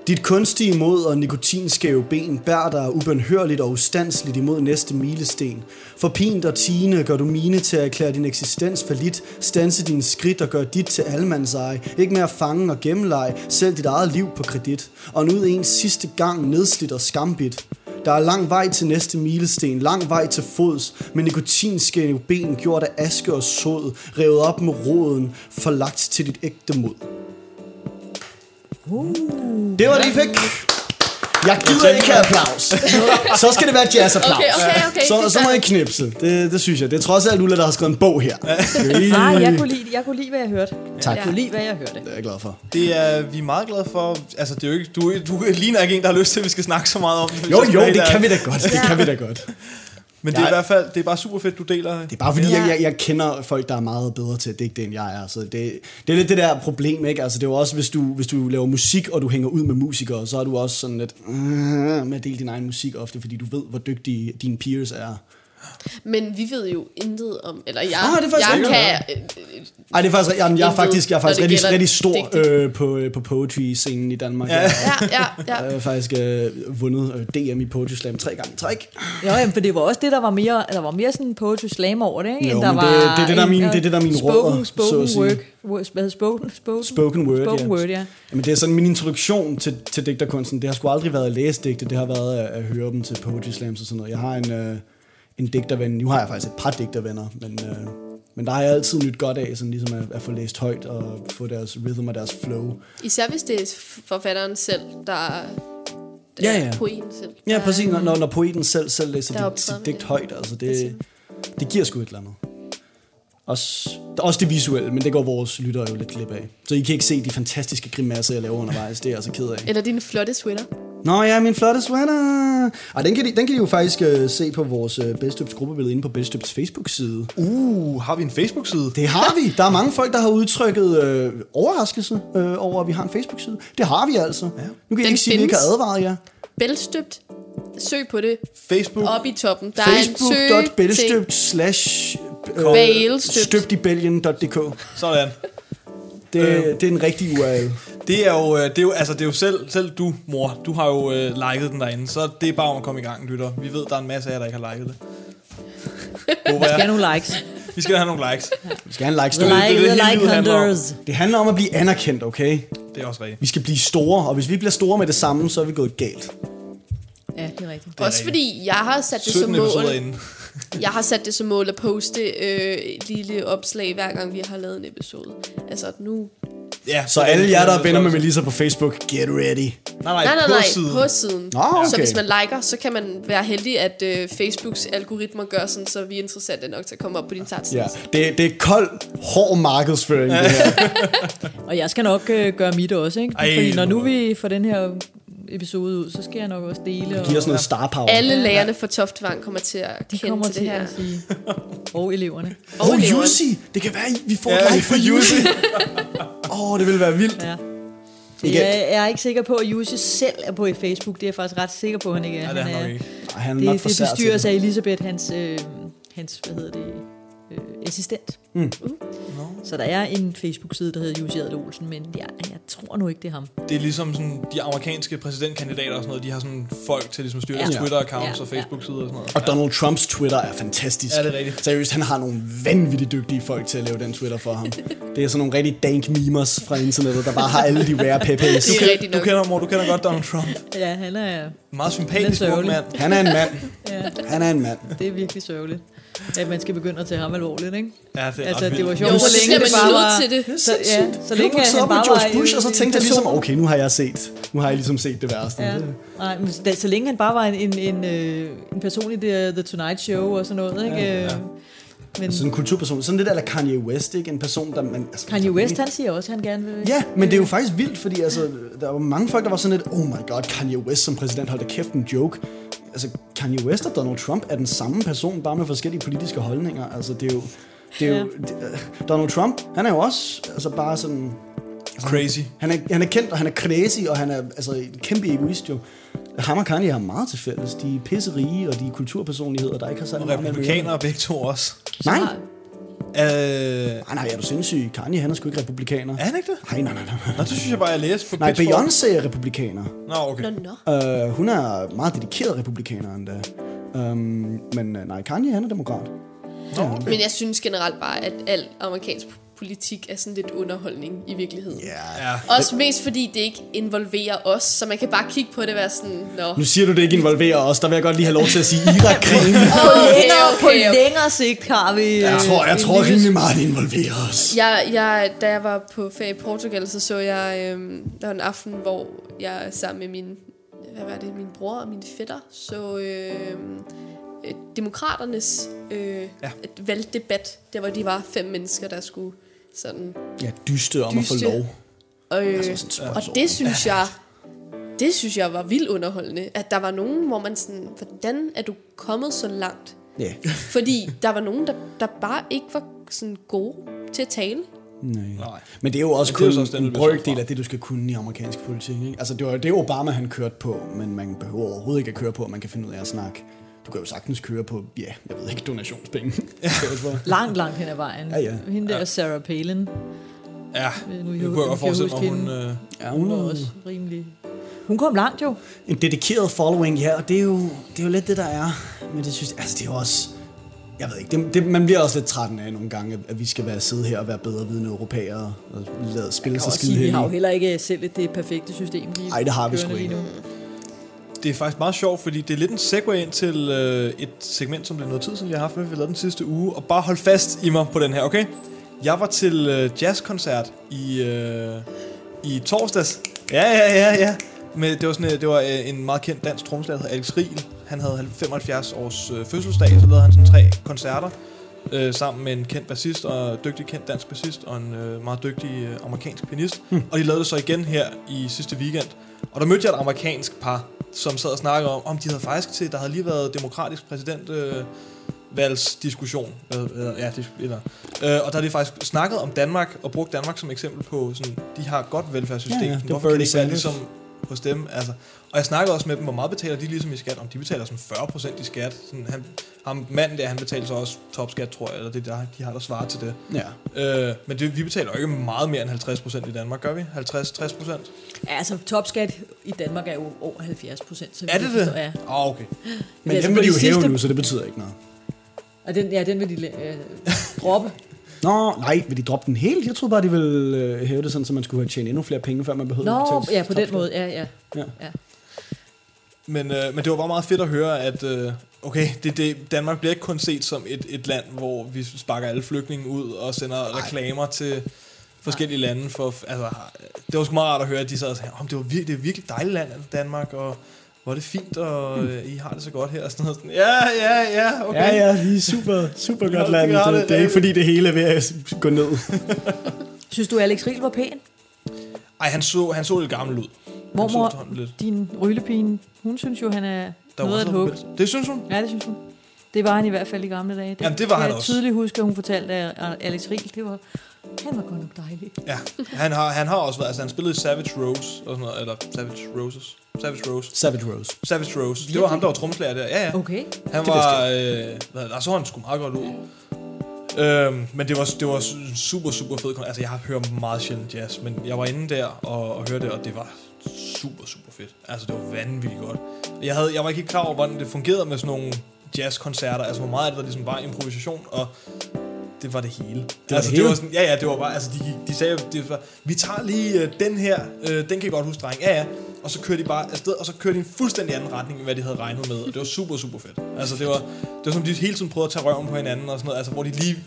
Speaker 4: Dit kunstige mod og nikotinskæve ben bærer dig ubenhørligt og ustandsligt imod næste milesten. Forpint og tigende gør du mine til at erklære din eksistens for lidt, stanse dine skridt og gøre dit til allemandseje. Ikke mere fange og gemmeleje, selv dit eget liv på kredit. Og nu en sidste gang nedslidt og skambit. Der er lang vej til næste milesten, lang vej til fods, med nikotinskæve ben gjort af aske og sod, revet op med roden, forlagt til dit ægte mod. Det var det, I fik. Jeg gider ikke have applaus. Så skal det være jazzapplaus.
Speaker 3: Okay, okay, okay. Det er
Speaker 4: Så, så må
Speaker 3: fair.
Speaker 4: I knipse. Det, det synes jeg. Det er trods alt Ulla, der har skrevet en bog her.
Speaker 2: Nej, jeg
Speaker 4: Det
Speaker 2: kunne lide, jeg kunne lide hvad jeg hørte.
Speaker 4: Tak.
Speaker 2: Jeg kunne lide, hvad jeg hørte.
Speaker 4: er jeg glad for.
Speaker 1: Det er vi er meget glade for. Altså, det er jo ikke, du, du ligner ikke en, der har lyst til, at vi skal snakke så meget om det.
Speaker 4: Jo, jo, det kan vi da godt. Det kan vi da godt.
Speaker 1: Men det er i
Speaker 4: Jeg-
Speaker 1: hvert fald, det er bare super fedt, du deler.
Speaker 4: Det er bare fordi,
Speaker 2: Ja.
Speaker 4: jeg, jeg, jeg kender folk, der er meget bedre til at digte, end jeg er. Så det, det er lidt det der problem, ikke? Altså, det er jo også, hvis du, hvis du laver musik, og du hænger ud med musikere, så er du også sådan lidt øh, med at dele din egen musik ofte, fordi du ved, hvor dygtige dine peers er.
Speaker 3: Men vi ved jo intet om... Eller jeg,
Speaker 4: Ah, det er faktisk
Speaker 3: jeg
Speaker 4: rigtigt.
Speaker 3: kan... øh, øh,
Speaker 4: Ej, det er faktisk, jamen, jeg er
Speaker 3: Intet,
Speaker 4: faktisk, jeg er
Speaker 3: når
Speaker 4: faktisk
Speaker 3: det
Speaker 4: rigtig,
Speaker 3: gælder
Speaker 4: rigtig stor
Speaker 3: digte.
Speaker 4: øh, på, øh, på poetry-scenen i Danmark. Ja.
Speaker 3: Ja, ja, ja.
Speaker 4: Jeg har faktisk øh, vundet øh, DM i Poetry Slam tre gange i træk.
Speaker 2: Jo, jamen, for det var også det, der var mere, der var mere sådan poetry slam over det, ikke?
Speaker 4: Jo,
Speaker 2: end der
Speaker 4: men det-
Speaker 2: var
Speaker 4: det er det, der er min- det er det, der er min
Speaker 2: spoken,
Speaker 4: rødder,
Speaker 2: spoken
Speaker 4: så at sige.
Speaker 2: work, work, hvad hedder spoken, spoken,
Speaker 4: Spoken word,
Speaker 2: spoken
Speaker 4: ja.
Speaker 2: word, ja.
Speaker 4: Jamen, det er sådan min introduktion til, til digterkunsten. Det har sgu aldrig været at læse digte, det har været øh, at, at høre dem til poetry slams og sådan noget. Jeg har en, øh, en digterven, nu har jeg faktisk et par digtervenner, men, øh, men der har jeg altid nyt godt af, sådan ligesom at, at få læst højt og få deres rhythm og deres flow.
Speaker 3: Især hvis det er forfatteren selv, der
Speaker 4: Ja, ja.
Speaker 3: poeten selv.
Speaker 4: Ja,
Speaker 3: Der
Speaker 4: præcis.
Speaker 3: er-
Speaker 4: Når, når, når poeten selv, selv
Speaker 3: mm. Der er
Speaker 4: læser dit,
Speaker 3: optræden,
Speaker 4: sit digt
Speaker 3: ja.
Speaker 4: højt, altså
Speaker 3: Altså.
Speaker 4: det, det giver sgu et eller andet. Også, der er også det visuelle, men det går vores lyttere jo lidt glip af. Så I kan ikke se de fantastiske grimasser, jeg laver undervejs. Det er jeg altså ked af.
Speaker 3: Eller dine flotte sweater.
Speaker 4: Nå ja, min flotte sweater. Ej, den kan de, den kan de jo faktisk øh, se på vores øh, Bedstøbs gruppebillede inde på Bedstøbs Facebook-side.
Speaker 1: Uh, har vi en Facebook-side?
Speaker 4: Det har vi. Der er mange folk, der har udtrykket øh, overraskelse øh, over, at vi har en Facebook-side. Det har vi altså. Ja. Nu kan jeg
Speaker 3: Den
Speaker 4: ikke sige, at vi ikke har
Speaker 3: findes.
Speaker 4: advaret jer.
Speaker 3: Bælstøbt. Søg på det.
Speaker 1: Facebook.
Speaker 3: Op i toppen. Der er en søg til
Speaker 4: Facebook.bælstøbt slash øh,
Speaker 3: Bælstøbt.
Speaker 4: støbtibelgen.dk
Speaker 1: Sådan.
Speaker 4: det,
Speaker 3: Øh.
Speaker 4: det er en rigtig URL.
Speaker 1: Det er jo, øh, det er jo, altså, det er jo selv, selv du, mor, du har jo øh, liket den derinde, så det er bare om at komme i gang, lytter. Vi ved, der er en masse af jer, der ikke har liket det. Håber
Speaker 2: Skal
Speaker 1: jeg.
Speaker 2: nu likes.
Speaker 1: Vi skal have nogle likes.
Speaker 4: Vi skal have en like
Speaker 1: er
Speaker 4: story.
Speaker 1: det,
Speaker 2: Like
Speaker 1: hele
Speaker 2: the like
Speaker 1: livet handler om.
Speaker 2: hunters.
Speaker 4: Det handler om at blive anerkendt, okay?
Speaker 1: Det er også rigtigt.
Speaker 4: Vi skal blive store, og hvis vi bliver store med det samme, så er vi gået galt.
Speaker 2: Ja, det er rigtigt.
Speaker 3: Også fordi jeg har sat det som
Speaker 1: 17 episoder
Speaker 3: mål.
Speaker 1: inden.
Speaker 3: Jeg har sat det som mål at poste øh, et lille opslag, hver gang vi har lavet en episode. Altså at nu...
Speaker 1: Ja,
Speaker 4: Så alle jer, der er venner med Melissa på Facebook, get ready.
Speaker 1: Nej, nej,
Speaker 3: Nej, nej,
Speaker 1: på siden.
Speaker 3: nej. På siden.
Speaker 4: Nå, okay.
Speaker 3: Så hvis man liker, så kan man være heldig, at øh, Facebooks algoritmer gør sådan, så vi er interessante nok til at komme op på din startside.
Speaker 4: Ja, det, det er kold, hård markedsføring, det her.
Speaker 2: Og jeg skal nok øh, gøre mit også, ikke?
Speaker 1: Ej,
Speaker 2: Fordi når nu
Speaker 1: hvor-
Speaker 2: vi får den her episode ud, så skal jeg nok også dele. Og
Speaker 4: Giv os noget star power.
Speaker 3: Alle lærerne fra Toftvang kommer til at
Speaker 2: de
Speaker 3: kende
Speaker 2: kommer
Speaker 3: til
Speaker 2: til
Speaker 3: det her.
Speaker 2: at sige. Og eleverne.
Speaker 4: Åh, oh,
Speaker 3: eleverne.
Speaker 4: Jussi! Det kan være, I- vi får
Speaker 1: Ja,
Speaker 4: et
Speaker 1: vi
Speaker 4: like
Speaker 1: får
Speaker 4: fra Jussi. Åh, oh, det ville være vildt.
Speaker 2: Ja.
Speaker 4: Ikke-
Speaker 2: Jeg, jeg er ikke sikker på, at Jussi selv er på i Facebook. Det er jeg faktisk ret sikker på, at han ikke er.
Speaker 1: Nej, det er han nok ikke.
Speaker 4: Ej, han er nok
Speaker 2: Det,
Speaker 4: for
Speaker 2: det
Speaker 4: sær til
Speaker 2: bestyres af Elisabeth, hans, øh, hans hvad hedder det, øh, assistent. Mm.
Speaker 1: Nå.
Speaker 2: Så der er en Facebook-side, der hedder Jussi Adler Olsen, men jeg, jeg tror nu ikke, det er ham.
Speaker 1: Det er ligesom sådan, de amerikanske præsidentkandidater og sådan noget, de har sådan folk til ligesom at styre
Speaker 2: Ja.
Speaker 1: deres Twitter-accounts
Speaker 2: Ja,
Speaker 1: og
Speaker 2: ja.
Speaker 1: Facebook-sider og sådan noget.
Speaker 4: Og Donald Trumps Twitter er fantastisk.
Speaker 1: Ja, det er rigtigt.
Speaker 4: Seriøst, han har nogle vanvittigt dygtige folk til at lave den Twitter for ham. Det er sådan nogle rigtig dank memers fra internettet, der bare har alle de rare peppes.
Speaker 3: Det er
Speaker 1: Du-
Speaker 3: rigtigt
Speaker 1: Du
Speaker 3: nok.
Speaker 1: kender, mor, du kender godt Donald Trump.
Speaker 2: Ja, han er,
Speaker 1: Meget sympatisk
Speaker 2: Den er
Speaker 1: ung
Speaker 2: sørgelig.
Speaker 1: mand.
Speaker 4: Han er en mand.
Speaker 2: ja,
Speaker 4: Han er en mand.
Speaker 2: det er virkelig sørgeligt, at man skal begynde at tage ham alvorligt, ikke?
Speaker 1: Ja, det er
Speaker 2: Altså,
Speaker 1: ret
Speaker 2: det var
Speaker 1: vildt.
Speaker 2: sjovt,
Speaker 3: Jo,
Speaker 2: så
Speaker 3: så
Speaker 2: længe
Speaker 3: bliver
Speaker 2: det
Speaker 3: man
Speaker 2: bare
Speaker 3: nødt
Speaker 2: var...
Speaker 3: til det.
Speaker 4: Det er
Speaker 2: Så- ja,
Speaker 4: sindssygt.
Speaker 2: så længe
Speaker 4: jeg voksede
Speaker 2: han
Speaker 4: op med
Speaker 2: bare
Speaker 4: George
Speaker 2: var
Speaker 4: Bush,
Speaker 2: en-
Speaker 4: og så
Speaker 2: en
Speaker 4: tænkte jeg ligesom,
Speaker 2: person.
Speaker 4: okay, nu har jeg set, nu har jeg ligesom set det værste.
Speaker 2: Ja. Nej, men da, så længe han bare var en, en, en, øh, en person i det, The Tonight Show og sådan noget, ikke? Ja, ja. Men
Speaker 4: Altså, Sådan en kulturperson, sådan lidt eller Kanye West, ikke? En person, der man... Altså,
Speaker 2: Kanye
Speaker 4: man-
Speaker 2: West, han siger også, at han gerne vil... Øh,
Speaker 4: Ja, men det er jo faktisk vildt, fordi altså, der var mange folk, der var sådan lidt, oh my god, Kanye West som præsident, hold da kæft, en joke. Altså, Kanye West og Donald Trump er den samme person, bare med forskellige politiske holdninger. Altså, det er jo... Det er jo det, øh, Donald Trump, han er jo også altså, bare sådan...
Speaker 1: Crazy.
Speaker 4: Han er, han er kendt, og han er crazy, og han er altså, en kæmpe egoist jo. Ham og Kanye har meget til fælles. De er pisserige, og de er kulturpersonligheder, der ikke har særlig
Speaker 1: Og
Speaker 4: med
Speaker 1: republikanere begge to også.
Speaker 4: at gøre. Nej,
Speaker 1: Øh,
Speaker 4: nej, nej, er du sindssyg? Kanye, han er sgu ikke republikaner.
Speaker 1: er han ikke det?
Speaker 4: Nej, nej, nej, nej.
Speaker 1: Nå, det synes jeg bare, jeg læste på
Speaker 4: Nej,
Speaker 1: Pitchfork.
Speaker 4: Beyoncé er republikaner.
Speaker 1: Nå, okay.
Speaker 3: Nå, nå.
Speaker 4: Uh, hun er meget dedikeret republikaner endda. Um, men øh, nej, Kanye han er demokrat.
Speaker 1: Nå, okay.
Speaker 3: Men jeg synes generelt bare, at al amerikansk politik er sådan lidt underholdning i virkeligheden. Yeah.
Speaker 1: Ja.
Speaker 3: Også mest fordi det ikke involverer os, så man kan bare kigge på det og være sådan, nå.
Speaker 4: Nu siger du, det ikke involverer os. Der vil jeg godt lige have lov til at sige Irak-krigen.
Speaker 2: På,
Speaker 3: Okay,
Speaker 2: længere,
Speaker 3: okay,
Speaker 2: på
Speaker 3: okay.
Speaker 2: længere sigt har vi...
Speaker 4: jeg
Speaker 2: øh,
Speaker 4: tror, jeg
Speaker 2: en
Speaker 4: tror
Speaker 2: lille-
Speaker 4: rimelig meget, det involverer os.
Speaker 3: Jeg, jeg, da jeg var på ferie i Portugal, så så jeg, øhm, der var en aften, hvor jeg sammen med min, hvad var det, min bror og min fætter, så øhm, øh, demokraternes øh,
Speaker 1: Ja.
Speaker 3: ja. valgdebat, der hvor de var fem mennesker, der skulle sådan.
Speaker 4: Ja, dyste om at
Speaker 3: Dyste.
Speaker 4: få lov.
Speaker 3: Og, øh,
Speaker 4: Altså, sådan
Speaker 3: Og
Speaker 4: sponsorord.
Speaker 3: det synes jeg, det synes jeg var vildt underholdende, at der var nogen, hvor man sådan, hvordan er du kommet så langt?
Speaker 4: Ja.
Speaker 3: Fordi der var nogen, der, der bare ikke var sådan gode til at tale.
Speaker 4: Nej.
Speaker 1: Nej.
Speaker 4: Men det er jo også
Speaker 1: Men
Speaker 4: kun
Speaker 1: det er jo
Speaker 4: det
Speaker 1: så også
Speaker 4: er
Speaker 1: den,
Speaker 4: en
Speaker 1: vi bliver solgt
Speaker 4: brøkdel
Speaker 1: fra.
Speaker 4: af det, du skal kunne i amerikansk politik. Ikke? Altså, det var jo det Obama, han kørte på, men man behøver overhovedet ikke at køre på, at man kan finde ud af at snakke. Du kan jo sagtens køre på, ja, jeg ved ikke, donationspenge. Ja.
Speaker 2: Langt, langt hen ad vejen.
Speaker 4: Ja, ja.
Speaker 2: Hende der Sarah Palin,
Speaker 1: Ja,
Speaker 2: øh, nu
Speaker 1: nu kunne
Speaker 2: i
Speaker 1: jeg
Speaker 2: hovedet,
Speaker 1: godt
Speaker 2: kan
Speaker 1: forestille mig,
Speaker 2: huske
Speaker 1: hun...
Speaker 2: hende.
Speaker 1: Øh,
Speaker 4: ja,
Speaker 2: hun var også rimelig... Hun kom langt jo.
Speaker 4: Mm. En dedikeret following, ja, og det er jo, det er jo lidt det, der er. Men det synes jeg, altså det er jo også, jeg ved ikke, det, det, man bliver også lidt træt af nogle gange, at- at vi skal være sidde her og være bedre vidende europæere og
Speaker 2: Jeg
Speaker 4: lade spille sig
Speaker 2: kan også
Speaker 4: skide
Speaker 2: sige, vi har jo
Speaker 4: hen.
Speaker 2: heller ikke øh, selv et det perfekte system. Vi
Speaker 4: Ej, det har vi sgu
Speaker 2: kørende lige nu.
Speaker 1: det er faktisk meget sjovt, fordi det er lidt en segue ind til øh, et segment, som det er noget tid siden, vi har haft, men vi lavede den sidste uge. Og bare hold fast i mig på den her, okay? Jeg var til øh, jazzkoncert i, øh, i torsdags. Ja, ja, ja, ja. Men det var, sådan, øh, det var øh, en meget kendt dansk tromslager, der hed Alex Riel. Han havde 75 års øh, fødselsdag, så lavede han sådan tre koncerter. Øh, sammen med en kendt bassist og dygtig kendt dansk bassist og en øh, meget dygtig øh, amerikansk pianist. Hmm. Og de lavede det så igen her i sidste weekend. Og der mødte jeg et amerikansk par, som sad og snakkede om, om de havde faktisk til, der havde lige været demokratisk præsident... Øh, valgsdiskussion. Hvad, eller, ja, det, eller. Øh, og der har de faktisk snakket om Danmark og brugt Danmark som eksempel på, sådan, de har et godt velfærdssystem.
Speaker 4: Ja, ja,
Speaker 1: Ja,
Speaker 4: det
Speaker 1: ja.
Speaker 4: er
Speaker 1: Hvorfor kan det
Speaker 4: Bernie
Speaker 1: ikke være
Speaker 4: Sanders.
Speaker 1: ligesom hos dem? Altså, og jeg snakkede også med dem, hvor meget betaler de ligesom i skat? Om de betaler sådan 40% i skat. Sådan, han, ham manden der, han betaler så også topskat, tror jeg, eller det der, de har der svaret til det.
Speaker 4: Ja.
Speaker 1: Øh, men det, vi betaler jo ikke meget mere end 50% i Danmark, gør vi? 50-60%?
Speaker 2: Ja, altså topskat i Danmark er jo over 70 procent. så
Speaker 1: Er
Speaker 2: vidt
Speaker 1: det
Speaker 2: jeg
Speaker 1: det?
Speaker 2: forstår, Ja.
Speaker 1: Ah, okay.
Speaker 4: Men
Speaker 2: altså
Speaker 4: dem
Speaker 2: på
Speaker 4: vil de
Speaker 2: de
Speaker 4: jo hæve
Speaker 2: sidste-
Speaker 4: nu, så det betyder ikke noget.
Speaker 2: Og den, ja, den vil de øh, droppe.
Speaker 4: Nå, nej, vil de droppe den helt? Jeg troede bare, de ville øh, hæve det sådan, så man skulle have tjent endnu flere penge, før man behøvede at
Speaker 2: Nå,
Speaker 4: betale
Speaker 2: ja, på den
Speaker 4: topskat.
Speaker 2: måde. Ja, ja.
Speaker 4: Ja.
Speaker 2: ja.
Speaker 1: Men, øh, men det var bare meget fedt at høre, at øh, okay, det, det, Danmark bliver ikke kun set som et, et land, hvor vi sparker alle flygtninge ud og sender Ej. reklamer til forskellige lande. For, altså, det var sgu meget rart at høre, at de sad og sagde, om det, var virkelig, det er et virkelig dejligt land, Danmark, og hvor er det fint, og øh, I har det så godt her. Og sådan noget. Sådan, ja, ja, ja, okay.
Speaker 4: Ja, ja, de er super, super
Speaker 1: Ja,
Speaker 4: godt land.
Speaker 1: det gør
Speaker 4: Det,
Speaker 1: det.
Speaker 4: det, er ikke fordi, det hele er ved at gå ned.
Speaker 2: Synes du, Alex Riel var pæn?
Speaker 1: Ej, han så, han så lidt gammel ud. Han så
Speaker 2: Mormor,
Speaker 1: efterhånden lidt.
Speaker 2: din ryllepine, hun synes jo, han er
Speaker 1: Der
Speaker 2: der
Speaker 1: var
Speaker 2: noget at
Speaker 1: også
Speaker 2: håbe.
Speaker 1: noget med- Det synes hun.
Speaker 2: Ja, det synes hun. Det var han i hvert fald i gamle dage.
Speaker 1: Jamen, det var
Speaker 2: kan
Speaker 1: han
Speaker 2: jeg
Speaker 1: også.
Speaker 2: tydeligt huske, at hun fortalte af Alex Riel. Det var, han var godt nok dejlig.
Speaker 1: Ja, han har, han har også været, altså han spillede i Savage Rose, og sådan noget, eller Savage Roses. Savage Rose.
Speaker 4: Savage Rose.
Speaker 1: Savage Rose. Det var ham, der var trommeslager der. Ja, ja.
Speaker 2: Okay.
Speaker 1: Han
Speaker 4: Uh, Det vidste
Speaker 1: var... Øh, hvad- der så han sgu meget godt ud. Øhm, men det var, det var en super, super fed koncert. Altså, jeg har hørt meget sjældent jazz, men jeg var inde der og, og hørte det, og det var super, super fedt. Altså, det var vanvittigt godt. Jeg, havde, jeg var ikke helt klar over, hvordan det fungerede med sådan nogle jazzkoncerter. Altså, hvor meget af det, der ligesom var improvisation, og det var det hele.
Speaker 4: det
Speaker 1: altså,
Speaker 4: hele?
Speaker 1: var sådan, ja, ja, det var bare, altså, de, gik- de sagde, det var, vi tager lige øh, den her, øh, den kan I godt huske, dreng. Ja, ja. Og så kørte de bare afsted, og så kørte de i en fuldstændig anden retning, end hvad de havde regnet med. Og det var super, super fedt. Altså, det var, det var som, de hele tiden prøvede at tage røven på hinanden og sådan noget. Altså, hvor de lige,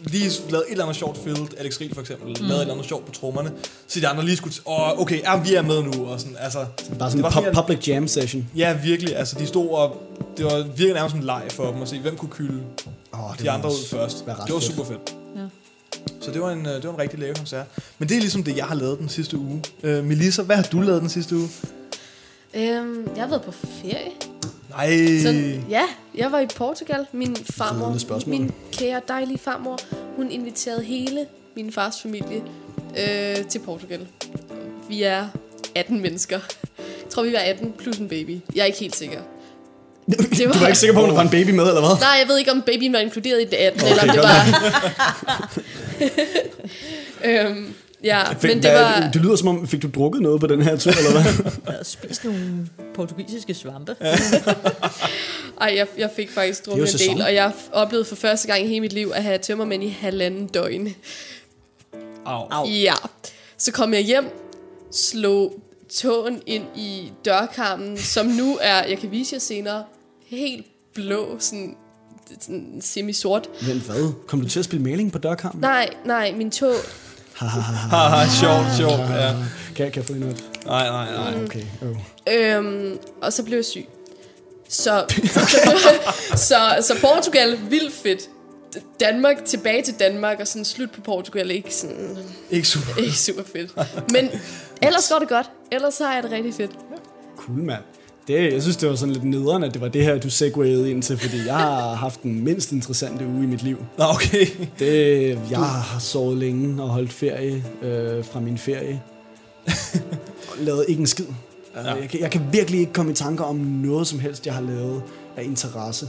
Speaker 1: lige lavede et eller andet sjovt field. Alex Riel for eksempel mm. lavede et eller andet sjovt på trommerne. Så de andre lige skulle, t- åh, okay, ja, vi er med nu. Og sådan, altså,
Speaker 4: Bare
Speaker 1: det
Speaker 4: sådan
Speaker 1: var
Speaker 4: en
Speaker 1: sådan,
Speaker 4: pub-
Speaker 1: jeg-
Speaker 4: public jam session.
Speaker 1: Ja, virkelig. Altså, de stod og... Det var virkelig nærmest en leg for dem at se, hvem kunne kylde
Speaker 4: Oh,
Speaker 1: de andre ud først.
Speaker 4: være ret
Speaker 1: Det var
Speaker 4: fedt.
Speaker 1: super fedt.
Speaker 2: Ja.
Speaker 1: Så det var en, øh, det var en rigtig lækker koncert. Men det er ligesom det, jeg har lavet den sidste uge. Øh, Melissa, hvad har du lavet den sidste uge?
Speaker 3: Øhm, jeg har været på ferie.
Speaker 1: Nej.
Speaker 3: Sådan,
Speaker 1: Øh.
Speaker 3: ja, jeg var i Portugal. Min
Speaker 4: Ledende
Speaker 3: farmor,
Speaker 4: spørgsmål.
Speaker 3: min kære dejlige farmor, hun inviterede hele min fars familie øh, til Portugal. Vi er 18 mennesker. Jeg tror, vi var 18 plus en baby. Jeg er ikke helt sikker. Det
Speaker 4: Du var ikke sikker på, om der var en baby med, eller hvad?
Speaker 3: Nej, jeg ved ikke, om babyen var inkluderet i det 18, okay, eller om det var... øhm, ja,
Speaker 4: Fik,
Speaker 3: men det var...
Speaker 4: det lyder som om, fik du drukket noget på den her tur, eller hvad?
Speaker 2: Jeg havde spist nogle portugisiske svampe.
Speaker 3: Ej, jeg, jeg fik faktisk
Speaker 4: jo
Speaker 3: drukket en
Speaker 4: sæson.
Speaker 3: del, og jeg f- oplevede for første gang i hele mit liv at have tømmermænd i halvanden døgn.
Speaker 1: Au.
Speaker 2: Au.
Speaker 3: Ja. Så kom jeg hjem, slog tåen ind i dørkarmen, som nu er, jeg kan vise jer senere, helt blå, sådan, sådan semi-sort.
Speaker 4: Men hvad? Kom du til at spille maling på dørkarmen?
Speaker 3: Nej, nej, min tå...
Speaker 1: Haha, sjovt, sjovt. Ja.
Speaker 4: Kan, jeg- kan jeg få en ud?
Speaker 1: Nej, nej, nej.
Speaker 4: Okay. Oh.
Speaker 3: Øhm, og så blev jeg syg. Så, så, blev- så, så Portugal, vildt fedt. D- Danmark, tilbage til Danmark, og sådan slut på Portugal, ikke sådan...
Speaker 1: Ikke super.
Speaker 3: Ikke super fedt. Men ellers går det godt. Ellers har jeg det rigtig fedt.
Speaker 4: Cool, mand. Det, jeg synes, det var sådan lidt nederen, at det var det her, du segwayede ind til, fordi jeg har haft den mindst interessante uge i mit liv.
Speaker 1: Nå, okay.
Speaker 4: Det, jeg har sovet længe og holdt ferie øh, fra min ferie. og lavet ikke en skid. Altså,
Speaker 1: Ja.
Speaker 4: Jeg, kan, jeg kan virkelig ikke komme i tanker om noget som helst, jeg har lavet af interesse.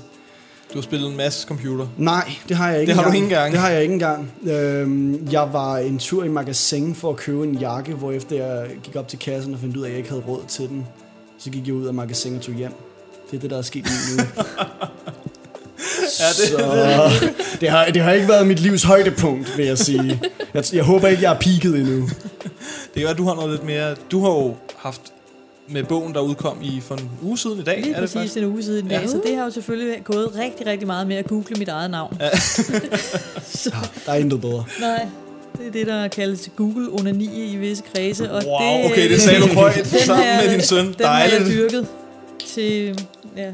Speaker 1: Du har spillet en masse computer.
Speaker 4: Nej, det har jeg ikke
Speaker 1: Det har du
Speaker 4: engang.
Speaker 1: ikke engang.
Speaker 4: Det har jeg ikke engang. Øhm, jeg var en tur i magasin for at købe en jakke, hvor efter jeg gik op til kassen og fandt ud af, at jeg ikke havde råd til den. Så gik jeg ud af magasin og tog hjem. Det er det, der er sket lige nu.
Speaker 1: Ja, det-
Speaker 4: Så, det, har, det har ikke været mit livs højdepunkt, vil jeg sige. Jeg, jeg håber ikke, jeg er peaked endnu.
Speaker 1: Det kan være, du har noget lidt mere... Du har jo haft med bogen, der udkom i for en uge siden i dag.
Speaker 2: Lige
Speaker 1: er det
Speaker 2: præcis
Speaker 1: faktisk?
Speaker 2: en uge siden.
Speaker 1: Ja.
Speaker 2: Ja. Så det har jo selvfølgelig gået rigtig, rigtig meget med at google mit eget navn.
Speaker 4: Der er intet bedre.
Speaker 2: Nej. Det er det, der kaldes Google-onani i visse kredse. Og
Speaker 1: Wow,
Speaker 2: det,
Speaker 1: okay, det sagde du højt
Speaker 2: den
Speaker 1: sammen
Speaker 2: har-
Speaker 1: med din søn.
Speaker 2: Den har jeg
Speaker 1: Dejligt.
Speaker 2: dyrket til, ja,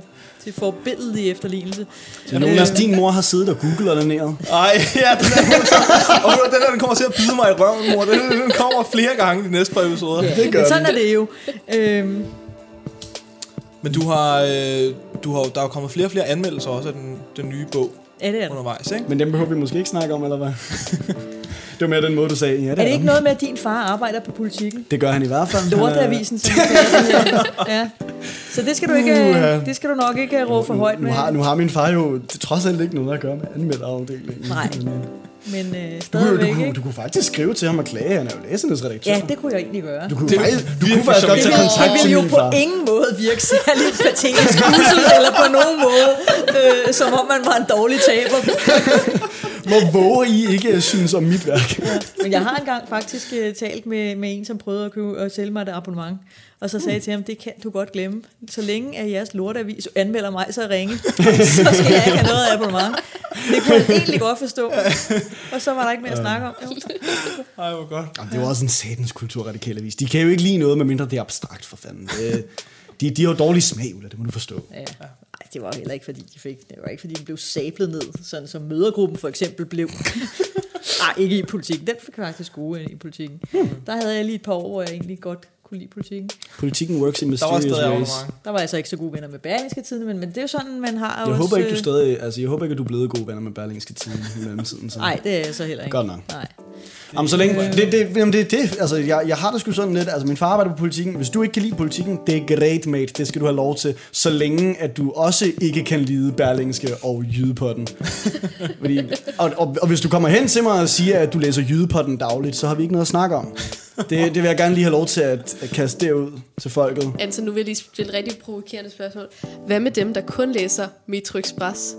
Speaker 2: til forbilledelig efterlignelse.
Speaker 4: Så Jonas, din mor har siddet og googlet dig ned.
Speaker 1: Ej, ja, den der, og ved du, den der, den kommer til at bide mig i røven, mor. Den, den kommer flere gange de næste par episoder.
Speaker 2: det gør Men sådan er det jo. Øhm,
Speaker 1: Men du har, øh, du har, der er jo kommet flere og flere anmeldelser også af den, den nye bog
Speaker 2: ja, det er det.
Speaker 1: undervejs, ikke?
Speaker 4: Men dem behøver vi måske ikke snakke om, eller hvad? det var mere den måde, du sagde, ja, det
Speaker 2: Er det ikke
Speaker 4: den.
Speaker 2: noget med, at din far arbejder på politikken?
Speaker 4: Det gør han i hvert fald. Han er-
Speaker 2: Lorteavisen, som det hedder. Ja. Så det skal, du ikke,
Speaker 4: Uha.
Speaker 2: det skal du nok ikke øh, råbe for højt
Speaker 4: Nu
Speaker 2: med.
Speaker 4: har, nu har min far jo trods alt ikke noget at gøre med anmelderafdelingen.
Speaker 2: Nej.
Speaker 4: Men, øh,
Speaker 2: Men øh,
Speaker 4: Du, kunne, du,
Speaker 2: stadigvæk,
Speaker 4: kunne,
Speaker 2: ikke?
Speaker 4: du kunne faktisk skrive til ham og klage, han er jo læsernes redaktør.
Speaker 2: Ja, det kunne jeg egentlig gøre.
Speaker 4: Du kunne,
Speaker 1: Det er
Speaker 4: faktisk, du kunne
Speaker 1: virkelig
Speaker 4: faktisk godt
Speaker 1: charmerende.
Speaker 4: tage kontakt
Speaker 2: det
Speaker 4: til
Speaker 2: ville jo
Speaker 4: min
Speaker 2: på
Speaker 4: far.
Speaker 2: ingen måde virke særlig patetisk usselt, eller på nogen måde, øh, som om man var en dårlig taber.
Speaker 4: Hvor våger I ikke synes om mit værk?
Speaker 2: Men jeg har engang faktisk øh, talt med, med en, som prøvede at, købe, at sælge mig et abonnement, og så sagde jeg til ham, det kan du godt glemme. Så længe at jeres lortavis anmelder mig, så ringe, så skal jeg ikke have noget abonnement. Det kunne jeg egentlig godt forstå. Og så var der ikke mere at snakke om. Jo.
Speaker 1: Ej, hvor godt.
Speaker 4: Jamen, det er jo også en satans kulturradikal avis. De kan jo ikke lide noget, medmindre det er abstrakt for fanden. Det, de, de har jo dårlig smag, Ulla, det må du forstå.
Speaker 2: Ja. Ej, det var jo heller ikke, fordi de fik, det var ikke, fordi de blev sablet ned, sådan som mødergruppen for eksempel blev. Nej, ikke i politikken. Den fik faktisk gode i politikken. Der havde jeg lige et par år, hvor jeg egentlig godt kunne lide politikken.
Speaker 4: Politikken works in
Speaker 1: Der var
Speaker 4: mysterious
Speaker 1: stadig
Speaker 4: ways.
Speaker 1: abonnement.
Speaker 2: Der var altså ikke så gode venner med Berlingske Tidene, men, men det er jo sådan, man har
Speaker 4: Jeg
Speaker 2: også...
Speaker 4: håber ikke, du
Speaker 2: øh,
Speaker 4: stadig, altså, jeg håber ikke, at du er blevet gode venner med Berlingske Tiden i mellemtiden. Så.
Speaker 2: Nej, det er jeg så heller ikke.
Speaker 4: Godt Altså- nok.
Speaker 2: Nej.
Speaker 4: Jamen, så længe, det, det, jamen, det, er det, altså, jeg, jeg har det sgu sådan lidt, altså min far arbejder på politikken, hvis du ikke kan lide politikken, det er great, mate, det skal du have lov til, så længe at du også ikke kan lide Berlingske og Jydepotten. Fordi, og, og, og hvis du kommer hen til mig og siger, at du læser Jydepotten dagligt, så har vi ikke noget at snakke om. Det, det vil jeg gerne lige have lov til at, at kaste derud til folket.
Speaker 3: Anton, nu vil jeg lige stille et rigtig provokerende spørgsmål. Hvad med dem, der kun læser Metro Express?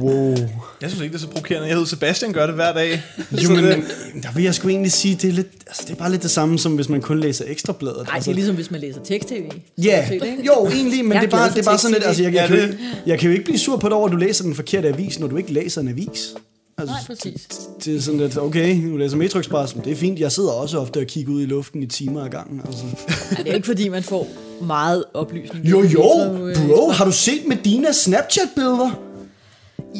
Speaker 4: Wow.
Speaker 1: Jeg synes ikke, det er så provokerende. Jeg hedder Sebastian gør det hver dag.
Speaker 4: Jo,
Speaker 1: Så
Speaker 4: men,
Speaker 1: det-
Speaker 4: der vil jeg sgu egentlig sige, det er, lidt, altså, det er bare lidt det samme, som hvis man kun læser ekstrabladet.
Speaker 2: Nej, det
Speaker 4: altså,
Speaker 2: er ligesom, hvis man læser tekst-tv. stort
Speaker 4: Ja,
Speaker 2: set, ikke?
Speaker 4: jo, egentlig, men
Speaker 2: Jeg
Speaker 4: det
Speaker 2: er
Speaker 4: er,
Speaker 2: glad
Speaker 4: bare,
Speaker 2: for
Speaker 4: det er bare sådan lidt,
Speaker 2: tekst-tv.
Speaker 4: altså, jeg, jeg,
Speaker 1: Ja,
Speaker 4: kan jo
Speaker 1: det-
Speaker 4: ikke, jeg kan jo ikke blive sur på dig over, at du læser den forkerte avis, når du ikke læser en avis. Altså,
Speaker 2: Nej, præcis.
Speaker 4: det- Det er sådan lidt, okay, nu læser Metro Express, men det er fint, jeg sidder også ofte og kigger ud i luften i timer ad gangen. Altså.
Speaker 2: Ej, det er ikke, fordi man får meget oplysning.
Speaker 4: Jo, jo,
Speaker 2: Så, øh,
Speaker 4: bro, har du set Medinas Snapchat-billeder?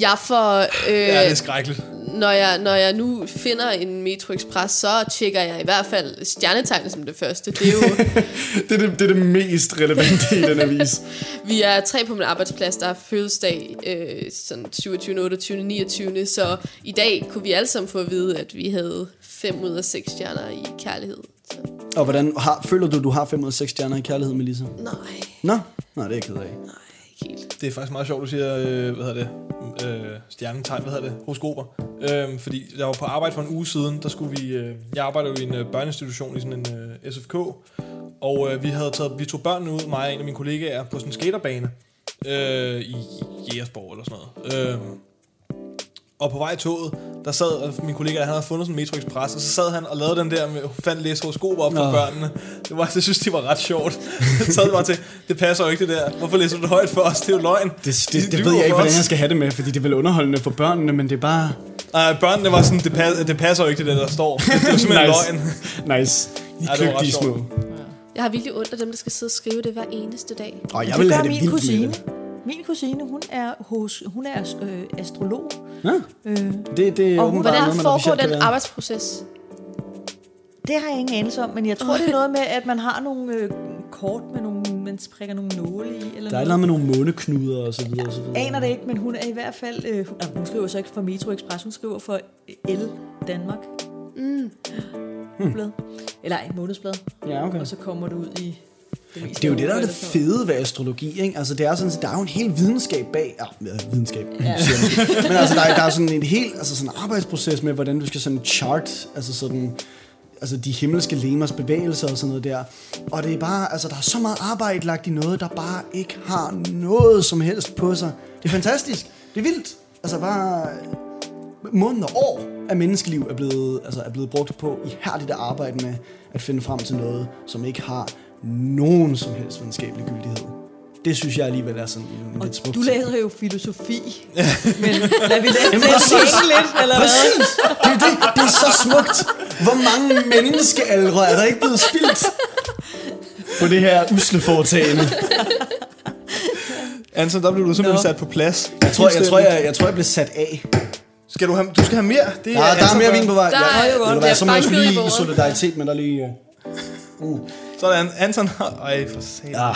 Speaker 3: Jeg får, øh,
Speaker 1: Ja, det er skrækkeligt.
Speaker 3: når, jeg, når jeg nu finder en Metro Express, så tjekker jeg i hvert fald stjernetegnet som det første. Det er jo,
Speaker 4: Det er det, det, er det mest relevante i den avis.
Speaker 3: vi er tre på min arbejdsplads, der har fødselsdag øh, sådan 27, 28, 29. Så i dag kunne vi alle sammen få at vide, at vi havde 5 ud af 6 stjerner i kærlighed. Så,
Speaker 4: Og hvordan har, føler du, du har 5 ud af 6 stjerner i kærlighed, Melissa?
Speaker 3: nej,
Speaker 4: Nå, nej, det er jeg ked af.
Speaker 3: nej, ikke helt.
Speaker 1: Det er faktisk meget sjovt, du siger, øh, hvad hedder det, øh, stjernetegn, hvad hedder det, horoskoper. Øh, fordi jeg var på arbejde for en uge siden, der skulle vi, øh, jeg arbejder jo i en øh, børneinstitution i sådan en øh, SFK, og øh, vi havde taget, vi tog børnene ud, mig og en af mine kollegaer, på sådan en skaterbane øh, i Jægersborg eller sådan noget. Øh, og på vej i toget, der sad og min kollega, han havde fundet sådan en Metro Express, og så sad han og lavede den der med, fandt læse horoskoper op for
Speaker 4: Nå.
Speaker 1: børnene. Det var, jeg synes, det var ret sjovt. Så sad det bare til, det passer jo ikke det der. Hvorfor læser du det højt for os? Det er jo løgn.
Speaker 4: Det,
Speaker 1: De
Speaker 4: det, det
Speaker 1: lyver
Speaker 4: ved jeg ikke,
Speaker 1: for os.
Speaker 4: hvordan jeg skal have det med, fordi det er vel underholdende for børnene, men det er bare...
Speaker 1: Nej, børnene var sådan, det, pas, det passer jo ikke det der, der står. Det er jo simpelthen
Speaker 4: Nice.
Speaker 1: løgn.
Speaker 4: Nice. I
Speaker 1: Ej,
Speaker 4: er
Speaker 1: det var ret
Speaker 4: kløgtige
Speaker 1: sjovt.
Speaker 4: små.
Speaker 3: Jeg har virkelig ondt af dem, der skal sidde og skrive det hver eneste dag.
Speaker 4: Og
Speaker 2: Jeg
Speaker 4: jeg
Speaker 2: det
Speaker 4: vil
Speaker 2: gør
Speaker 4: have det
Speaker 2: min
Speaker 4: vildt
Speaker 2: kusine.
Speaker 4: Med det.
Speaker 2: Min kusine, hun er, hos, hun er øh, astrolog.
Speaker 4: Ja,
Speaker 2: Øh,
Speaker 4: det, det er
Speaker 2: Og
Speaker 4: åbenbart
Speaker 3: Hvordan
Speaker 4: noget, man
Speaker 3: foregår
Speaker 4: officielt kan
Speaker 3: den
Speaker 4: være.
Speaker 3: arbejdsproces?
Speaker 2: Det har jeg ingen anelse om, men jeg tror, det er noget med, at man har nogle øh, kort med nogle, man prikker nogle nåle i. Eller
Speaker 4: Der er et eller andet med nogle måneknuder og så videre. Og så videre.
Speaker 2: Aner det ikke, men hun er i hvert fald, øh, hun, ah, hun skriver så ikke for Metro Express, hun skriver for øh, L Danmark. Mm. Blad. Eller ej, månedsblad.
Speaker 4: Ja, okay.
Speaker 2: Og så kommer du ud i... mest
Speaker 4: Det er jo det, der er det
Speaker 2: overførte form.
Speaker 4: fede ved astrologi, ikke? Altså, det er sådan, at der er jo en hel videnskab bag... Ja, ja, videnskab. Ja. Men altså, der er, der er sådan en hel altså, sådan en arbejdsproces med, hvordan du skal sådan chart, altså sådan altså de himmelske lemers bevægelser og sådan noget der. Og det er bare, altså der er så meget arbejde lagt i noget, der bare ikke har noget som helst på sig. Det er fantastisk. Det er vildt. Altså bare måneder og år af menneskeliv er blevet, altså er blevet brugt på ihærdigt at arbejde med at finde frem til noget, som ikke har nogen som helst videnskabelig gyldighed. Det synes jeg alligevel er sådan en lidt
Speaker 2: Og
Speaker 4: smukt.
Speaker 2: du læser jo filosofi. Men lad vi læse det tænke lidt, eller hvad?
Speaker 4: Præcis! Det er, det, det er så smukt. Hvor mange menneskealdre er der ikke blevet spildt på det her usle foretagende?
Speaker 1: Anton, der blev du simpelthen
Speaker 2: Nå.
Speaker 1: sat på plads.
Speaker 4: Jeg tror, jeg, tror, jeg, jeg, tror, jeg blev sat af.
Speaker 1: Skal du have, du skal have mere. Det
Speaker 4: Ja, der er
Speaker 1: Anton
Speaker 4: mere
Speaker 1: gør.
Speaker 4: vin på vej.
Speaker 3: altså, Der er jo
Speaker 4: Ved du
Speaker 3: godt.
Speaker 4: hvad,
Speaker 3: Bliver
Speaker 4: så må jeg skulle
Speaker 3: banket i
Speaker 4: lige i
Speaker 3: bordet.
Speaker 4: solidaritet med dig lige. øh. Uh,
Speaker 1: Sådan, Anton har... Ej, for satan.
Speaker 4: Ja.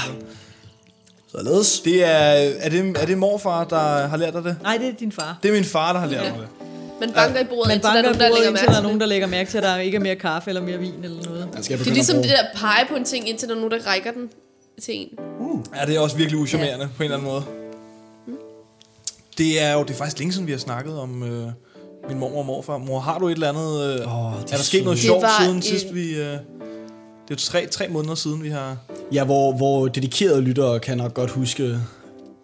Speaker 4: Således.
Speaker 1: Det er, er, det, er det morfar, der har lært dig det?
Speaker 2: Nej, det er din far.
Speaker 1: Det er min far, der har lært mig det.
Speaker 3: Man banker i bordet,
Speaker 2: Man
Speaker 3: indtil der
Speaker 2: banker
Speaker 3: er nogen, der
Speaker 2: bordet,
Speaker 3: lægger
Speaker 2: indtil der er
Speaker 3: mærke
Speaker 2: nogen,
Speaker 3: til det.
Speaker 2: der lægger mærke til, at der ikke er mere kaffe eller mere vin eller noget.
Speaker 4: Jeg skal
Speaker 3: Det er
Speaker 4: begynde
Speaker 3: ligesom
Speaker 4: at
Speaker 3: det
Speaker 4: bruge.
Speaker 3: der pege på en ting, indtil der er nogen, der rækker den til en.
Speaker 1: Ja, det er også virkelig uschammerende ja. på en eller anden måde.
Speaker 3: Mm.
Speaker 1: Det er jo det er faktisk længe siden, vi har snakket om øh, min mor og morfar. Mor, har du et eller andet... Øh,
Speaker 4: Åh, det
Speaker 1: er der sket noget
Speaker 4: sødt.
Speaker 1: sjovt
Speaker 3: Det var
Speaker 1: siden
Speaker 3: en-
Speaker 1: sidst vi... Øh, det er jo tre, tre måneder siden, vi har...
Speaker 4: Ja, hvor, hvor dedikerede lyttere kan nok godt huske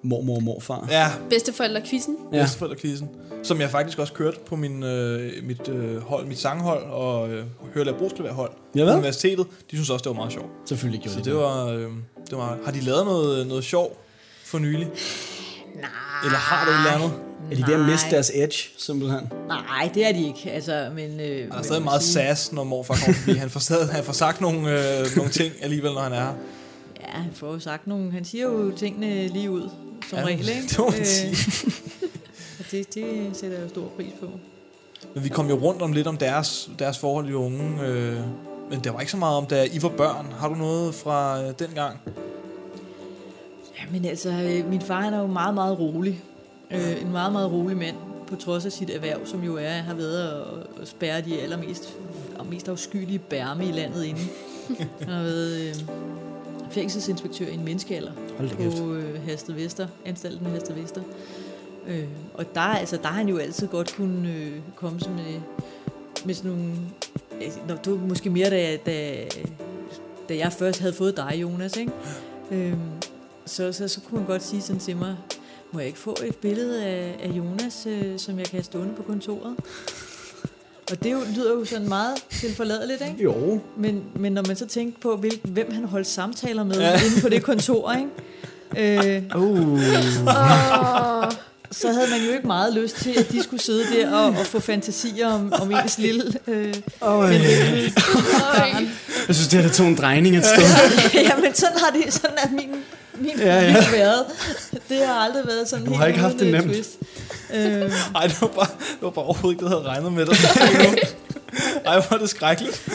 Speaker 4: mormor og morfar.
Speaker 1: Ja,
Speaker 3: Bedsteforældre-quizzen.
Speaker 4: Ja.
Speaker 1: ja. Som jeg faktisk også kørte på min, øh, mit øh, hold, mit sanghold og øh, Hørlab Brugsklaværhold
Speaker 4: Ja,
Speaker 1: på
Speaker 4: hvad?
Speaker 1: universitetet. De synes også, det var meget sjovt.
Speaker 4: Selvfølgelig gjorde
Speaker 1: Så
Speaker 4: de
Speaker 1: det var, øh, det var... Har de lavet noget, noget sjovt for nylig?
Speaker 2: Nej.
Speaker 1: Eller har du et eller andet?
Speaker 4: Er de ved at miste
Speaker 2: Nej.
Speaker 4: deres edge, simpelthen?
Speaker 2: Nej, det er de ikke. Altså, men, øh,
Speaker 1: Han er stadig meget sass, når morfar kommer forbi. Han får, stadig, han får sagt nogle, øh, nogle ting alligevel, når han er her.
Speaker 2: Ja, han får jo sagt nogle... Han siger jo tingene lige ud, som
Speaker 1: Ja,
Speaker 2: regel, ikke? Øh.
Speaker 1: det må man sige.
Speaker 2: og det, det sætter jeg jo stor pris på.
Speaker 1: Men vi kom jo rundt om lidt om deres, deres forhold i unge. Øh, men der var ikke så meget om, da I var børn. Har du noget fra øh, dengang?
Speaker 2: Jamen altså, øh, min far han er jo meget, meget rolig. Øh, en meget, meget rolig mand, på trods af sit erhverv, som jo er, har været at- at spærre de allermest og mest afskyelige bærme i landet inde. Han har været øh, fængselsinspektør i en menneskealder
Speaker 4: Hold da kæft.
Speaker 2: på øh, Hasted Vester, anstalten Hasted Vester. Øh, og der, altså, der har han jo altid godt kunne øh, komme som, øh, med sådan nogle... Altså, Nå, det var måske mere, da, jeg- da, da jeg først havde fået dig, Jonas, ikke? Øhm, så, så, så kunne han godt sige sådan til mig, må jeg ikke få et billede af, af Jonas, øh, som jeg kan have stående på kontoret? Og det jo, lyder jo sådan meget tilforladeligt, ikke?
Speaker 4: Jo.
Speaker 2: Men, men når man så tænkte på, hvil, hvem han holdt samtaler med
Speaker 1: Ja.
Speaker 2: ja. inde på det kontor, ikke? Øh,
Speaker 4: Uh.
Speaker 3: Åh,
Speaker 2: så havde man jo ikke meget lyst til, at de skulle sidde der og, og få fantasier om, om ens lille... Øh, men, øh,
Speaker 3: øj.
Speaker 4: Jeg synes, det her det tog en drejning et sted.
Speaker 2: ja, men sådan har det sådan er min min
Speaker 4: Ja,
Speaker 2: ja,
Speaker 4: ja.
Speaker 2: ja. været. Det har aldrig været sådan
Speaker 4: Du har ikke haft det
Speaker 2: uden, øh,
Speaker 4: nemt.
Speaker 2: twist. Øhm,
Speaker 1: Ej, det var bare, det var bare overhovedet ikke det, jeg havde regnet med dig. Ej, hvor er det skrækkeligt.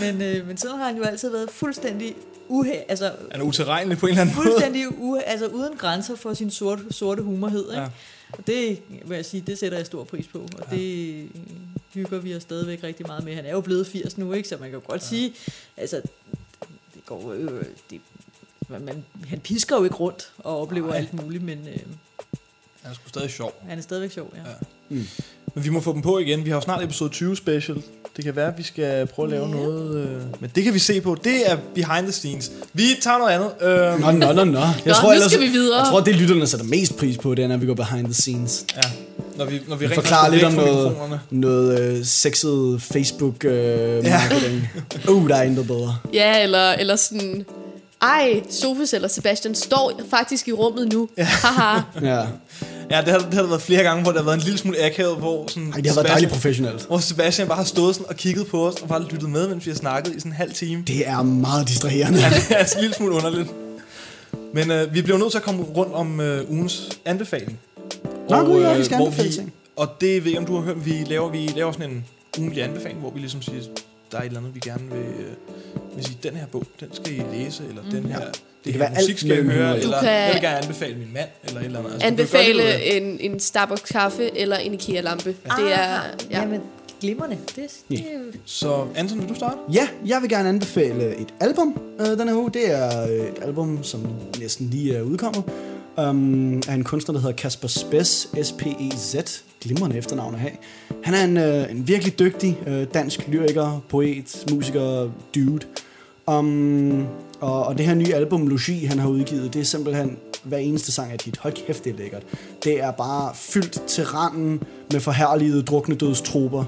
Speaker 2: men, øh, men sådan har han jo altid været fuldstændig uha, altså
Speaker 1: Han er utilregnelig på en eller anden måde.
Speaker 2: fuldstændig uha, altså uden grænser for sin sorte, sorte humorhed, ikke?
Speaker 1: Ja.
Speaker 2: Ja. Og det vil jeg sige, det sætter jeg stor pris på, og ja. det øh, hygger vi os stadigvæk rigtig meget med. Han er jo blevet 80 nu, ikke? Så man kan jo godt ja. sige, altså det går øh, det, man, man, han pisker jo ikke rundt og oplever
Speaker 1: Nej.
Speaker 2: Nej. alt muligt, men øh,
Speaker 1: Han er sgu stadig sjov.
Speaker 2: han er stadigvæk sjov, ja.
Speaker 1: Ja. Men vi må få dem på igen. Vi har jo snart episode 20 special. Det kan være, at vi skal prøve at lave
Speaker 3: Ja.
Speaker 1: noget. Øh, men det kan vi se på. Det er behind the scenes. Vi tager noget andet. Øh,
Speaker 4: Nå, nå, nå, nå. Jeg
Speaker 3: Nå,
Speaker 4: tror,
Speaker 3: nu
Speaker 4: ellers,
Speaker 3: skal vi videre.
Speaker 4: Jeg tror, det lytterne sætter mest pris på, det er, når vi går behind the scenes.
Speaker 1: Ja, når vi, når vi,
Speaker 4: Vi
Speaker 1: rent
Speaker 4: forklarer lidt
Speaker 1: faktisk
Speaker 4: om
Speaker 1: går væk fra
Speaker 4: noget,
Speaker 1: mikrofonerne.
Speaker 4: noget øh, sexet Facebook-marketing. Øh, uh, der er intet bedre.
Speaker 3: Ja, eller, eller sådan... Ej, Sofus eller Sebastian står faktisk i rummet nu. Haha.
Speaker 4: Ja.
Speaker 1: Ja, det har, det har der været flere gange, hvor der har været en lille smule akavet, hvor sådan...
Speaker 4: Ej, det har været dejligt professionelt.
Speaker 1: Hvor Sebastian bare har stået sådan og kigget på os, og bare lyttet med, mens vi har snakket i sådan en halv time.
Speaker 4: Det er meget distraherende.
Speaker 1: Ja, det er altså en lille smule underligt. Men øh, vi bliver nødt til at komme rundt om øh, ugens anbefaling. øh,
Speaker 4: Nå, gud, ja, vi skal
Speaker 1: hvor
Speaker 4: anbefale
Speaker 1: vi,
Speaker 4: ting.
Speaker 1: Og det ved jeg, om du har hørt, vi laver, vi laver sådan en ugenlig anbefaling, hvor vi ligesom siger, der er et eller andet, vi gerne vil, øh, vil sige, den her bog, den skal I læse, eller den her, det, det
Speaker 4: Mm. kan
Speaker 1: her
Speaker 4: være alt
Speaker 1: musik skal I
Speaker 4: mellem
Speaker 1: høre,
Speaker 4: himmel.
Speaker 1: eller
Speaker 3: Du kan-
Speaker 1: jeg vil gerne anbefale min mand, eller et eller andet. Altså, du kan gøre lidt ud af
Speaker 3: Anbefale
Speaker 1: det.
Speaker 3: en, en Starbucks-kaffe eller en IKEA-lampe. Ja. Det er...
Speaker 2: Ah,
Speaker 3: Ja.
Speaker 2: Jamen, glimrende. Det, det er jo
Speaker 1: Så Anton, vil du starte?
Speaker 4: Ja, jeg vil gerne anbefale et album øh, den her uge. Det er øh, et album, som næsten lige er udkommet. Um, af en kunstner, der hedder Kasper Spes, S-P-E-Z. E Glimrende efternavn at have. Han er en, øh, en virkelig dygtig øh, dansk lyriker, poet, musiker, dude. Um, og, og det her nye album, Logi, han har udgivet, det er simpelthen hver eneste sang er et hit. Hold kæft, det er lækkert. Det er bare fyldt til randen med forherligede drukne dødstroper.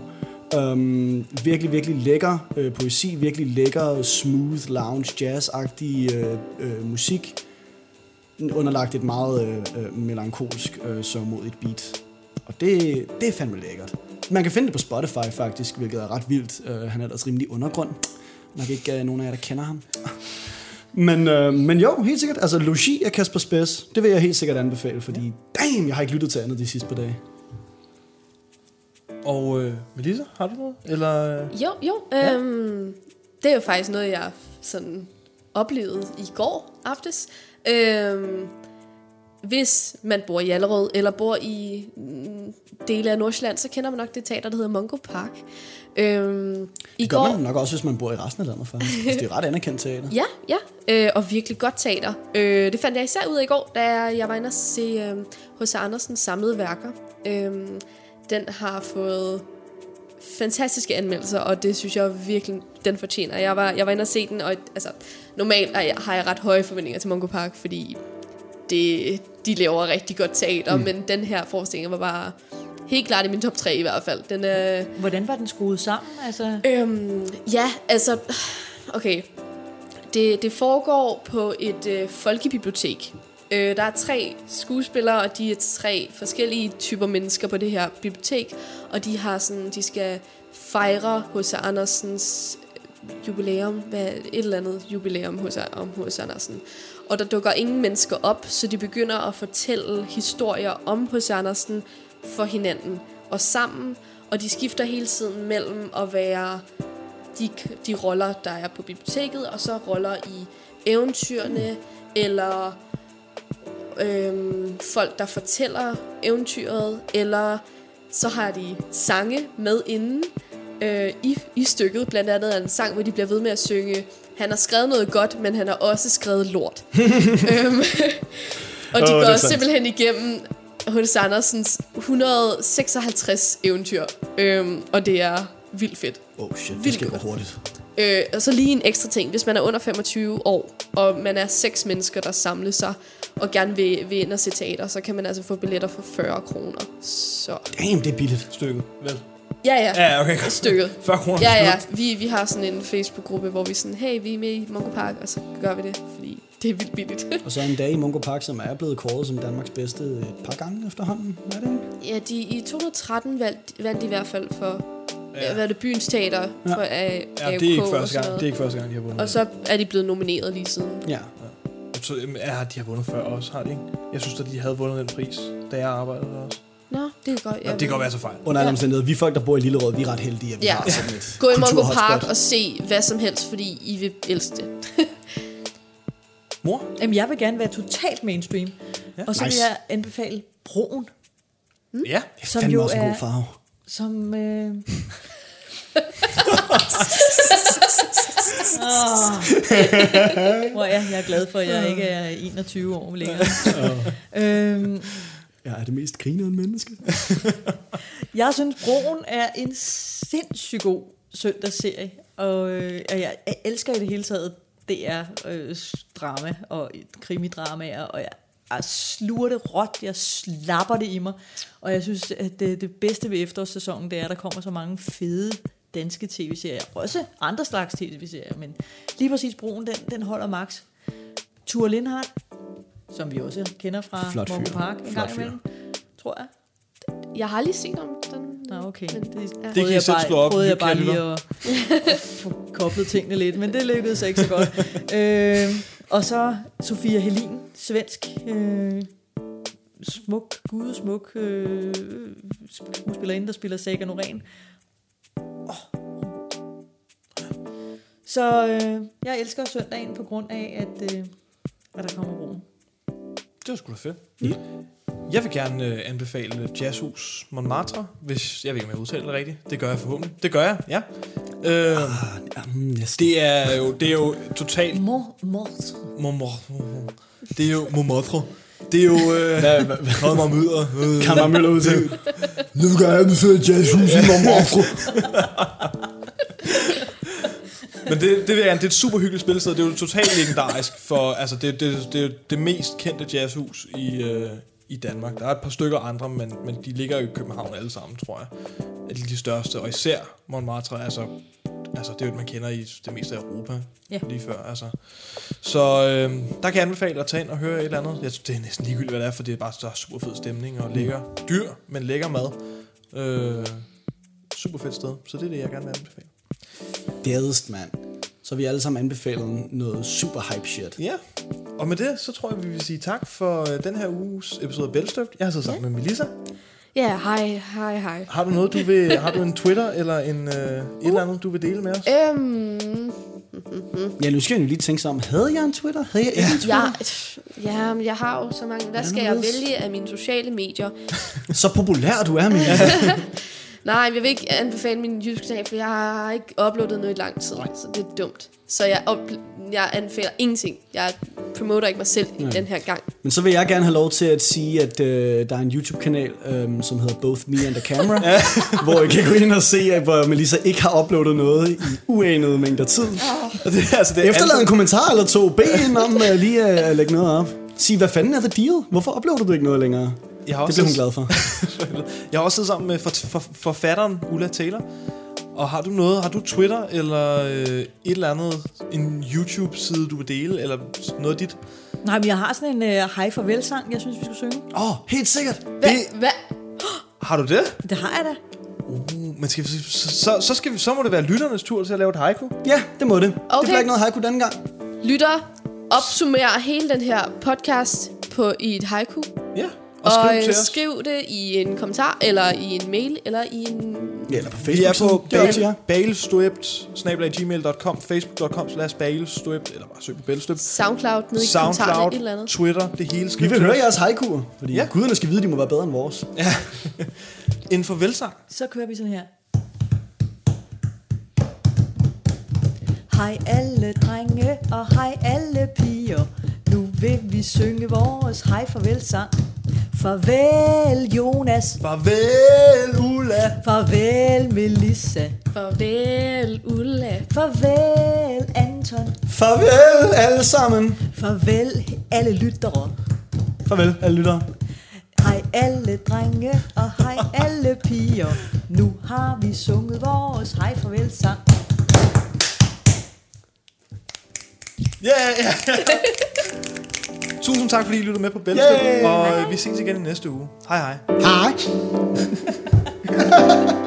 Speaker 4: Øhm, virkelig, virkelig lækker øh, poesi, virkelig lækker, smooth, lounge, jazz-agtig øh, øh, musik. underlagt et meget øh, øh, melankolsk, øh, sørgmodigt beat. Og det, det er fandme lækkert. Man kan finde det på Spotify faktisk, hvilket er ret vildt. Øh, han er ellers rimelig undergrund. Nok ikke øh, nogen af jer, der kender ham. Men, øh, men jo, helt sikkert. Altså, Logi af Kasper Spes, det vil jeg helt sikkert anbefale, fordi damn, jeg har ikke lyttet til andet de sidste par dage.
Speaker 1: Og øh, Melissa, har du noget? Eller... øh,
Speaker 3: Jo, jo.
Speaker 1: Ja.
Speaker 3: Øhm, det er jo faktisk noget, jeg sådan oplevede i går aftes. Øhm, hvis man bor i Allerød, eller bor i mm, dele af Nordsjælland, så kender man nok det teater, der hedder Mongo Park. Øhm, I
Speaker 4: Det gør man nok også, hvis man bor i resten af landet, faktisk. Altså, det er ret anerkendt teater.
Speaker 3: Ja, ja. Øh, og virkelig godt teater. Øh, det fandt jeg især ud af i går, da jeg var inde og se øh, H.C. Andersens samlede værker. Øh, den har fået fantastiske anmeldelser, og det synes jeg virkelig, den fortjener. Jeg var, jeg var inde og se den, og altså, normalt er jeg- har jeg ret høje forventninger til Mongo Park, fordi det, de laver rigtig godt teater, mm. men den her forestilling var bare helt klart i min top 3 i hvert fald. Den er... Øh,
Speaker 2: Hvordan var den skruet sammen? Altså,
Speaker 3: Øhm, ja, altså... Okay. Det, det foregår på et øh, folkebibliotek. Øh, der er tre skuespillere, og de er tre forskellige typer mennesker på det her bibliotek. Og de har sådan, de skal fejre H.C. Andersens jubilæum, hvad, et eller andet jubilæum hos, om H.C. Andersen. Og der dukker ingen mennesker op, så de begynder at fortælle historier om H.C. Andersen for hinanden og sammen. Og de skifter hele tiden mellem at være de, de roller, der er på biblioteket, og så roller i eventyrene, eller øhm, folk, der fortæller eventyret, eller så har de sange med inden øh, i, i stykket. Blandt andet er en sang, hvor de bliver ved med at synge, han har skrevet noget godt, men han har også skrevet lort. øhm,
Speaker 4: Åh,
Speaker 3: og de oh,
Speaker 4: det er
Speaker 3: går
Speaker 4: sandt.
Speaker 3: simpelthen igennem H.C. Andersens 156 eventyr, øhm, og det er vildt fedt.
Speaker 4: Oh shit, det
Speaker 3: Vildt
Speaker 4: skal gå
Speaker 3: godt.
Speaker 4: hurtigt.
Speaker 3: Øh, og så lige en ekstra ting. Hvis man er under 25 år, og man er seks mennesker, der samler sig, og gerne vil, vil ind og se teater, så kan man altså få billetter for 40 kroner. Så...
Speaker 4: Damn, det er billigt.
Speaker 1: Stykket, vel?
Speaker 3: Ja, ja.
Speaker 1: Ja, okay, godt.
Speaker 3: Stykket.
Speaker 1: 40 kroner.
Speaker 3: Ja, ja. Vi, vi har sådan en Facebook-gruppe, hvor vi sådan, hey, vi er med i Mongo Park, og så gør vi det, fordi det er vildt billigt.
Speaker 4: Og så en dag i Mungo Park, som er blevet kåret som Danmarks bedste øh, et par gange efterhånden. Er det ikke?
Speaker 3: ja, de, i 2013 vandt, vandt de i hvert fald for, ja. hvad er det, byens teater
Speaker 4: Ja.
Speaker 3: for A-
Speaker 1: Ja, det er ikke første gang, det er ikke første gang, de har vundet.
Speaker 3: Og så er de blevet nomineret lige siden.
Speaker 4: Ja.
Speaker 1: Så, jamen, ja, de har vundet før også, har de ikke? Jeg synes, at de havde vundet den pris, da jeg arbejdede der også.
Speaker 3: Nå, det er godt.
Speaker 1: Ja,
Speaker 3: jeg
Speaker 1: det kan
Speaker 3: ved-
Speaker 1: godt være så fejl.
Speaker 4: Under alle
Speaker 3: Ja.
Speaker 4: omstændigheder, vi folk, der bor i Lillerød, vi er ret heldige, at vi
Speaker 3: Ja.
Speaker 4: har sådan et
Speaker 3: Gå i Mongo
Speaker 4: kulturhotspot.
Speaker 3: Park og se hvad som helst, fordi I vil elske det.
Speaker 1: Mor?
Speaker 2: jamen, jeg vil gerne være totalt mainstream. Ja. Og så nice. vil
Speaker 4: Nice.
Speaker 2: jeg anbefale Broen,
Speaker 3: Mm.
Speaker 1: Ja.
Speaker 4: Som
Speaker 2: som
Speaker 4: Fandme
Speaker 2: jo
Speaker 4: også en god
Speaker 2: er...
Speaker 4: farve.
Speaker 2: Som, øh, hvor jeg, jeg er glad for, at jeg ikke er 21 år længere. øhm,
Speaker 4: Jeg er det mest grinerende menneske.
Speaker 2: Jeg synes, Broen er en sindssygt god søndagsserie, og, øh, og jeg elsker i det hele taget DR-drama og krimidramaer, og jeg, jeg sluger det råt, jeg slapper det i mig, og jeg synes, at det, det bedste ved efterårssæsonen, det er, at der kommer så mange fede danske tv-serier, også andre slags tv-serier, men lige præcis Broen, den, den holder max. Ture Lindhardt, som vi også kender fra
Speaker 4: Flot fyr.
Speaker 2: Mongo Park en
Speaker 4: Flot
Speaker 2: gang
Speaker 4: fyr.
Speaker 2: imellem, tror jeg.
Speaker 3: Jeg har lige set om den.
Speaker 2: Nå, okay.
Speaker 3: Men,
Speaker 2: det, det
Speaker 1: kan I
Speaker 2: jeg
Speaker 1: selv
Speaker 2: bare,
Speaker 1: slå op,
Speaker 2: prøvede jeg
Speaker 1: kære
Speaker 2: bare lige
Speaker 1: lytter.
Speaker 2: at, at få koblet tingene lidt, men det lykkedes ikke så godt. øh, og så Sofia Helin, svensk, øh, smuk, gudesmuk øh, skuespillerinde, der spiller Saga Noreen. Oh. Så øh, jeg elsker søndagen på grund af, at, øh, at der kommer roen.
Speaker 1: Det var sgu da fedt.
Speaker 3: Mm.
Speaker 1: Jeg vil gerne øh, anbefale Jazzhus Montmartre, hvis jeg ved ikke, om jeg udtaler det rigtigt. Det gør jeg forhåbentlig. Det gør jeg, ja. Øh,
Speaker 4: Ah, jamen, jeg
Speaker 1: det er jo, det er jo totalt...
Speaker 2: Mor, mor,
Speaker 1: Montmartre. Det er jo Montmartre. Det er jo... Øh,
Speaker 4: Hvad- hvad-
Speaker 1: Hold mig mudder. Øh,
Speaker 4: Kan man mølle ud til? Nu kan jeg anbefale jazzhus i Montmartre.
Speaker 1: Men det, det, vil jeg, gerne. det er et super hyggeligt spillested. Det er jo totalt legendarisk for... Altså, det, det, det, er jo det mest kendte jazzhus i, øh, i Danmark. Der er et par stykker andre, men, men de ligger jo i København alle sammen, tror jeg. Er de de største. Og især Montmartre er så altså, det er jo et, man kender i det meste af Europa
Speaker 2: Ja.
Speaker 1: lige før. Altså. Så øh, der kan jeg anbefale at tage ind og høre et eller andet. Jeg synes, det er næsten ligegyldigt, hvad det er, for det er bare så super fed stemning og lækker dyr, men lækker mad. Øh, super fedt sted. Så det er det, jeg gerne vil anbefale.
Speaker 4: Gadest, mand. Så har vi alle sammen anbefalet noget super hype shit.
Speaker 1: Ja, og med det, så tror jeg, vi vil sige tak for øh, den her uges episode af Bælstøbt. Jeg har siddet sammen med Melissa.
Speaker 3: Ja, hej, hej, hej.
Speaker 1: Har du noget, du vil, har du en Twitter eller en, øh, et eller andet, du vil dele med os?
Speaker 3: Øhm,
Speaker 4: Ja, nu skal jeg jo lige tænke sammen. Havde jeg en Twitter? Havde jeg ikke en Twitter?
Speaker 3: jeg, ja, men jeg har jo så mange. Hvad skal jeg vælge af mine sociale medier?
Speaker 4: Så populær du er, min.
Speaker 3: Nej, jeg vil ikke anbefale min YouTube-kanal, for jeg har ikke uploadet noget i lang tid, så det er dumt. Så jeg, op, jeg anbefaler ingenting. Jeg promoter ikke mig selv i den her gang.
Speaker 4: Men så vil jeg gerne have lov til at sige, at øh, der er en YouTube-kanal, øh, som hedder Both Me and the Camera, hvor I kan gå ind og se, at hvor Melissa ikke har uploadet noget i uanede mængder tid.
Speaker 1: Det, er- altså, det er
Speaker 4: Efterlad en kommentar eller to. Bed hende om uh, lige at at lægge noget op. Sig, hvad fanden er the deal? Hvorfor uploader du ikke noget længere?
Speaker 1: Jeg har
Speaker 4: det
Speaker 1: også
Speaker 4: blev
Speaker 1: siddet-
Speaker 4: hun glad for.
Speaker 1: Jeg har også siddet sammen med for, for, forfatteren Ulla Taylor. Og har du noget, har du Twitter eller øh, et eller andet, en YouTube-side, du vil dele, eller noget af dit?
Speaker 2: Nej, men jeg har sådan en øh, hej farvel sang, jeg synes, vi skulle synge.
Speaker 4: Åh, oh, helt sikkert.
Speaker 3: Hvad? Hva?
Speaker 1: Har du det?
Speaker 2: Det har jeg da.
Speaker 1: Uh, men skal vi, så, så, skal vi, så må det være lytternes tur til at lave et haiku.
Speaker 4: Ja, det må det. Det
Speaker 3: Okay.
Speaker 4: bliver ikke noget haiku denne gang.
Speaker 3: Lytter, opsummerer hele den her podcast på, i et haiku.
Speaker 1: Ja, og
Speaker 3: Og,
Speaker 1: skriv
Speaker 3: og
Speaker 1: til
Speaker 3: øh,
Speaker 1: os.
Speaker 3: skriv det i en kommentar, eller i en mail, eller i en...
Speaker 4: Ja, eller på
Speaker 1: Vi er
Speaker 4: Facebook.
Speaker 1: på
Speaker 4: det er op til jer.
Speaker 1: balestuept.gmail.com, facebook.com slash balestuept, eller bare søg på balestuept.
Speaker 3: Soundcloud nede i kommentarerne, et eller
Speaker 1: Soundcloud,
Speaker 3: andet.
Speaker 1: Twitter, det hele. Skriv
Speaker 4: Vi vil
Speaker 1: til
Speaker 4: høre
Speaker 1: os.
Speaker 4: jeres haikuer, fordi
Speaker 1: Ja.
Speaker 4: ja. guderne skal vide, de må være bedre end vores. Ja.
Speaker 1: En farvelsang.
Speaker 2: Så kører vi sådan her. Hej alle drenge og hej alle piger. Nu vil vi synge vores hej farvel sang. Farvel Jonas,
Speaker 1: Farvel, Ulla.
Speaker 2: farvel Melissa,
Speaker 3: Farvel, Ulla.
Speaker 2: farvel Anton,
Speaker 4: Farvel alle sammen.
Speaker 2: farvel alle lyttere.
Speaker 4: Farvel alle lyttere.
Speaker 2: Hej alle drenge og hej alle piger. Nu har vi sunget vores hej farvel sang.
Speaker 1: Yeah! Tusind tak, fordi I lyttede med på Bæltestedet,
Speaker 4: Yay!
Speaker 1: og øh, vi ses igen i næste uge. Hej hej.
Speaker 4: Hej.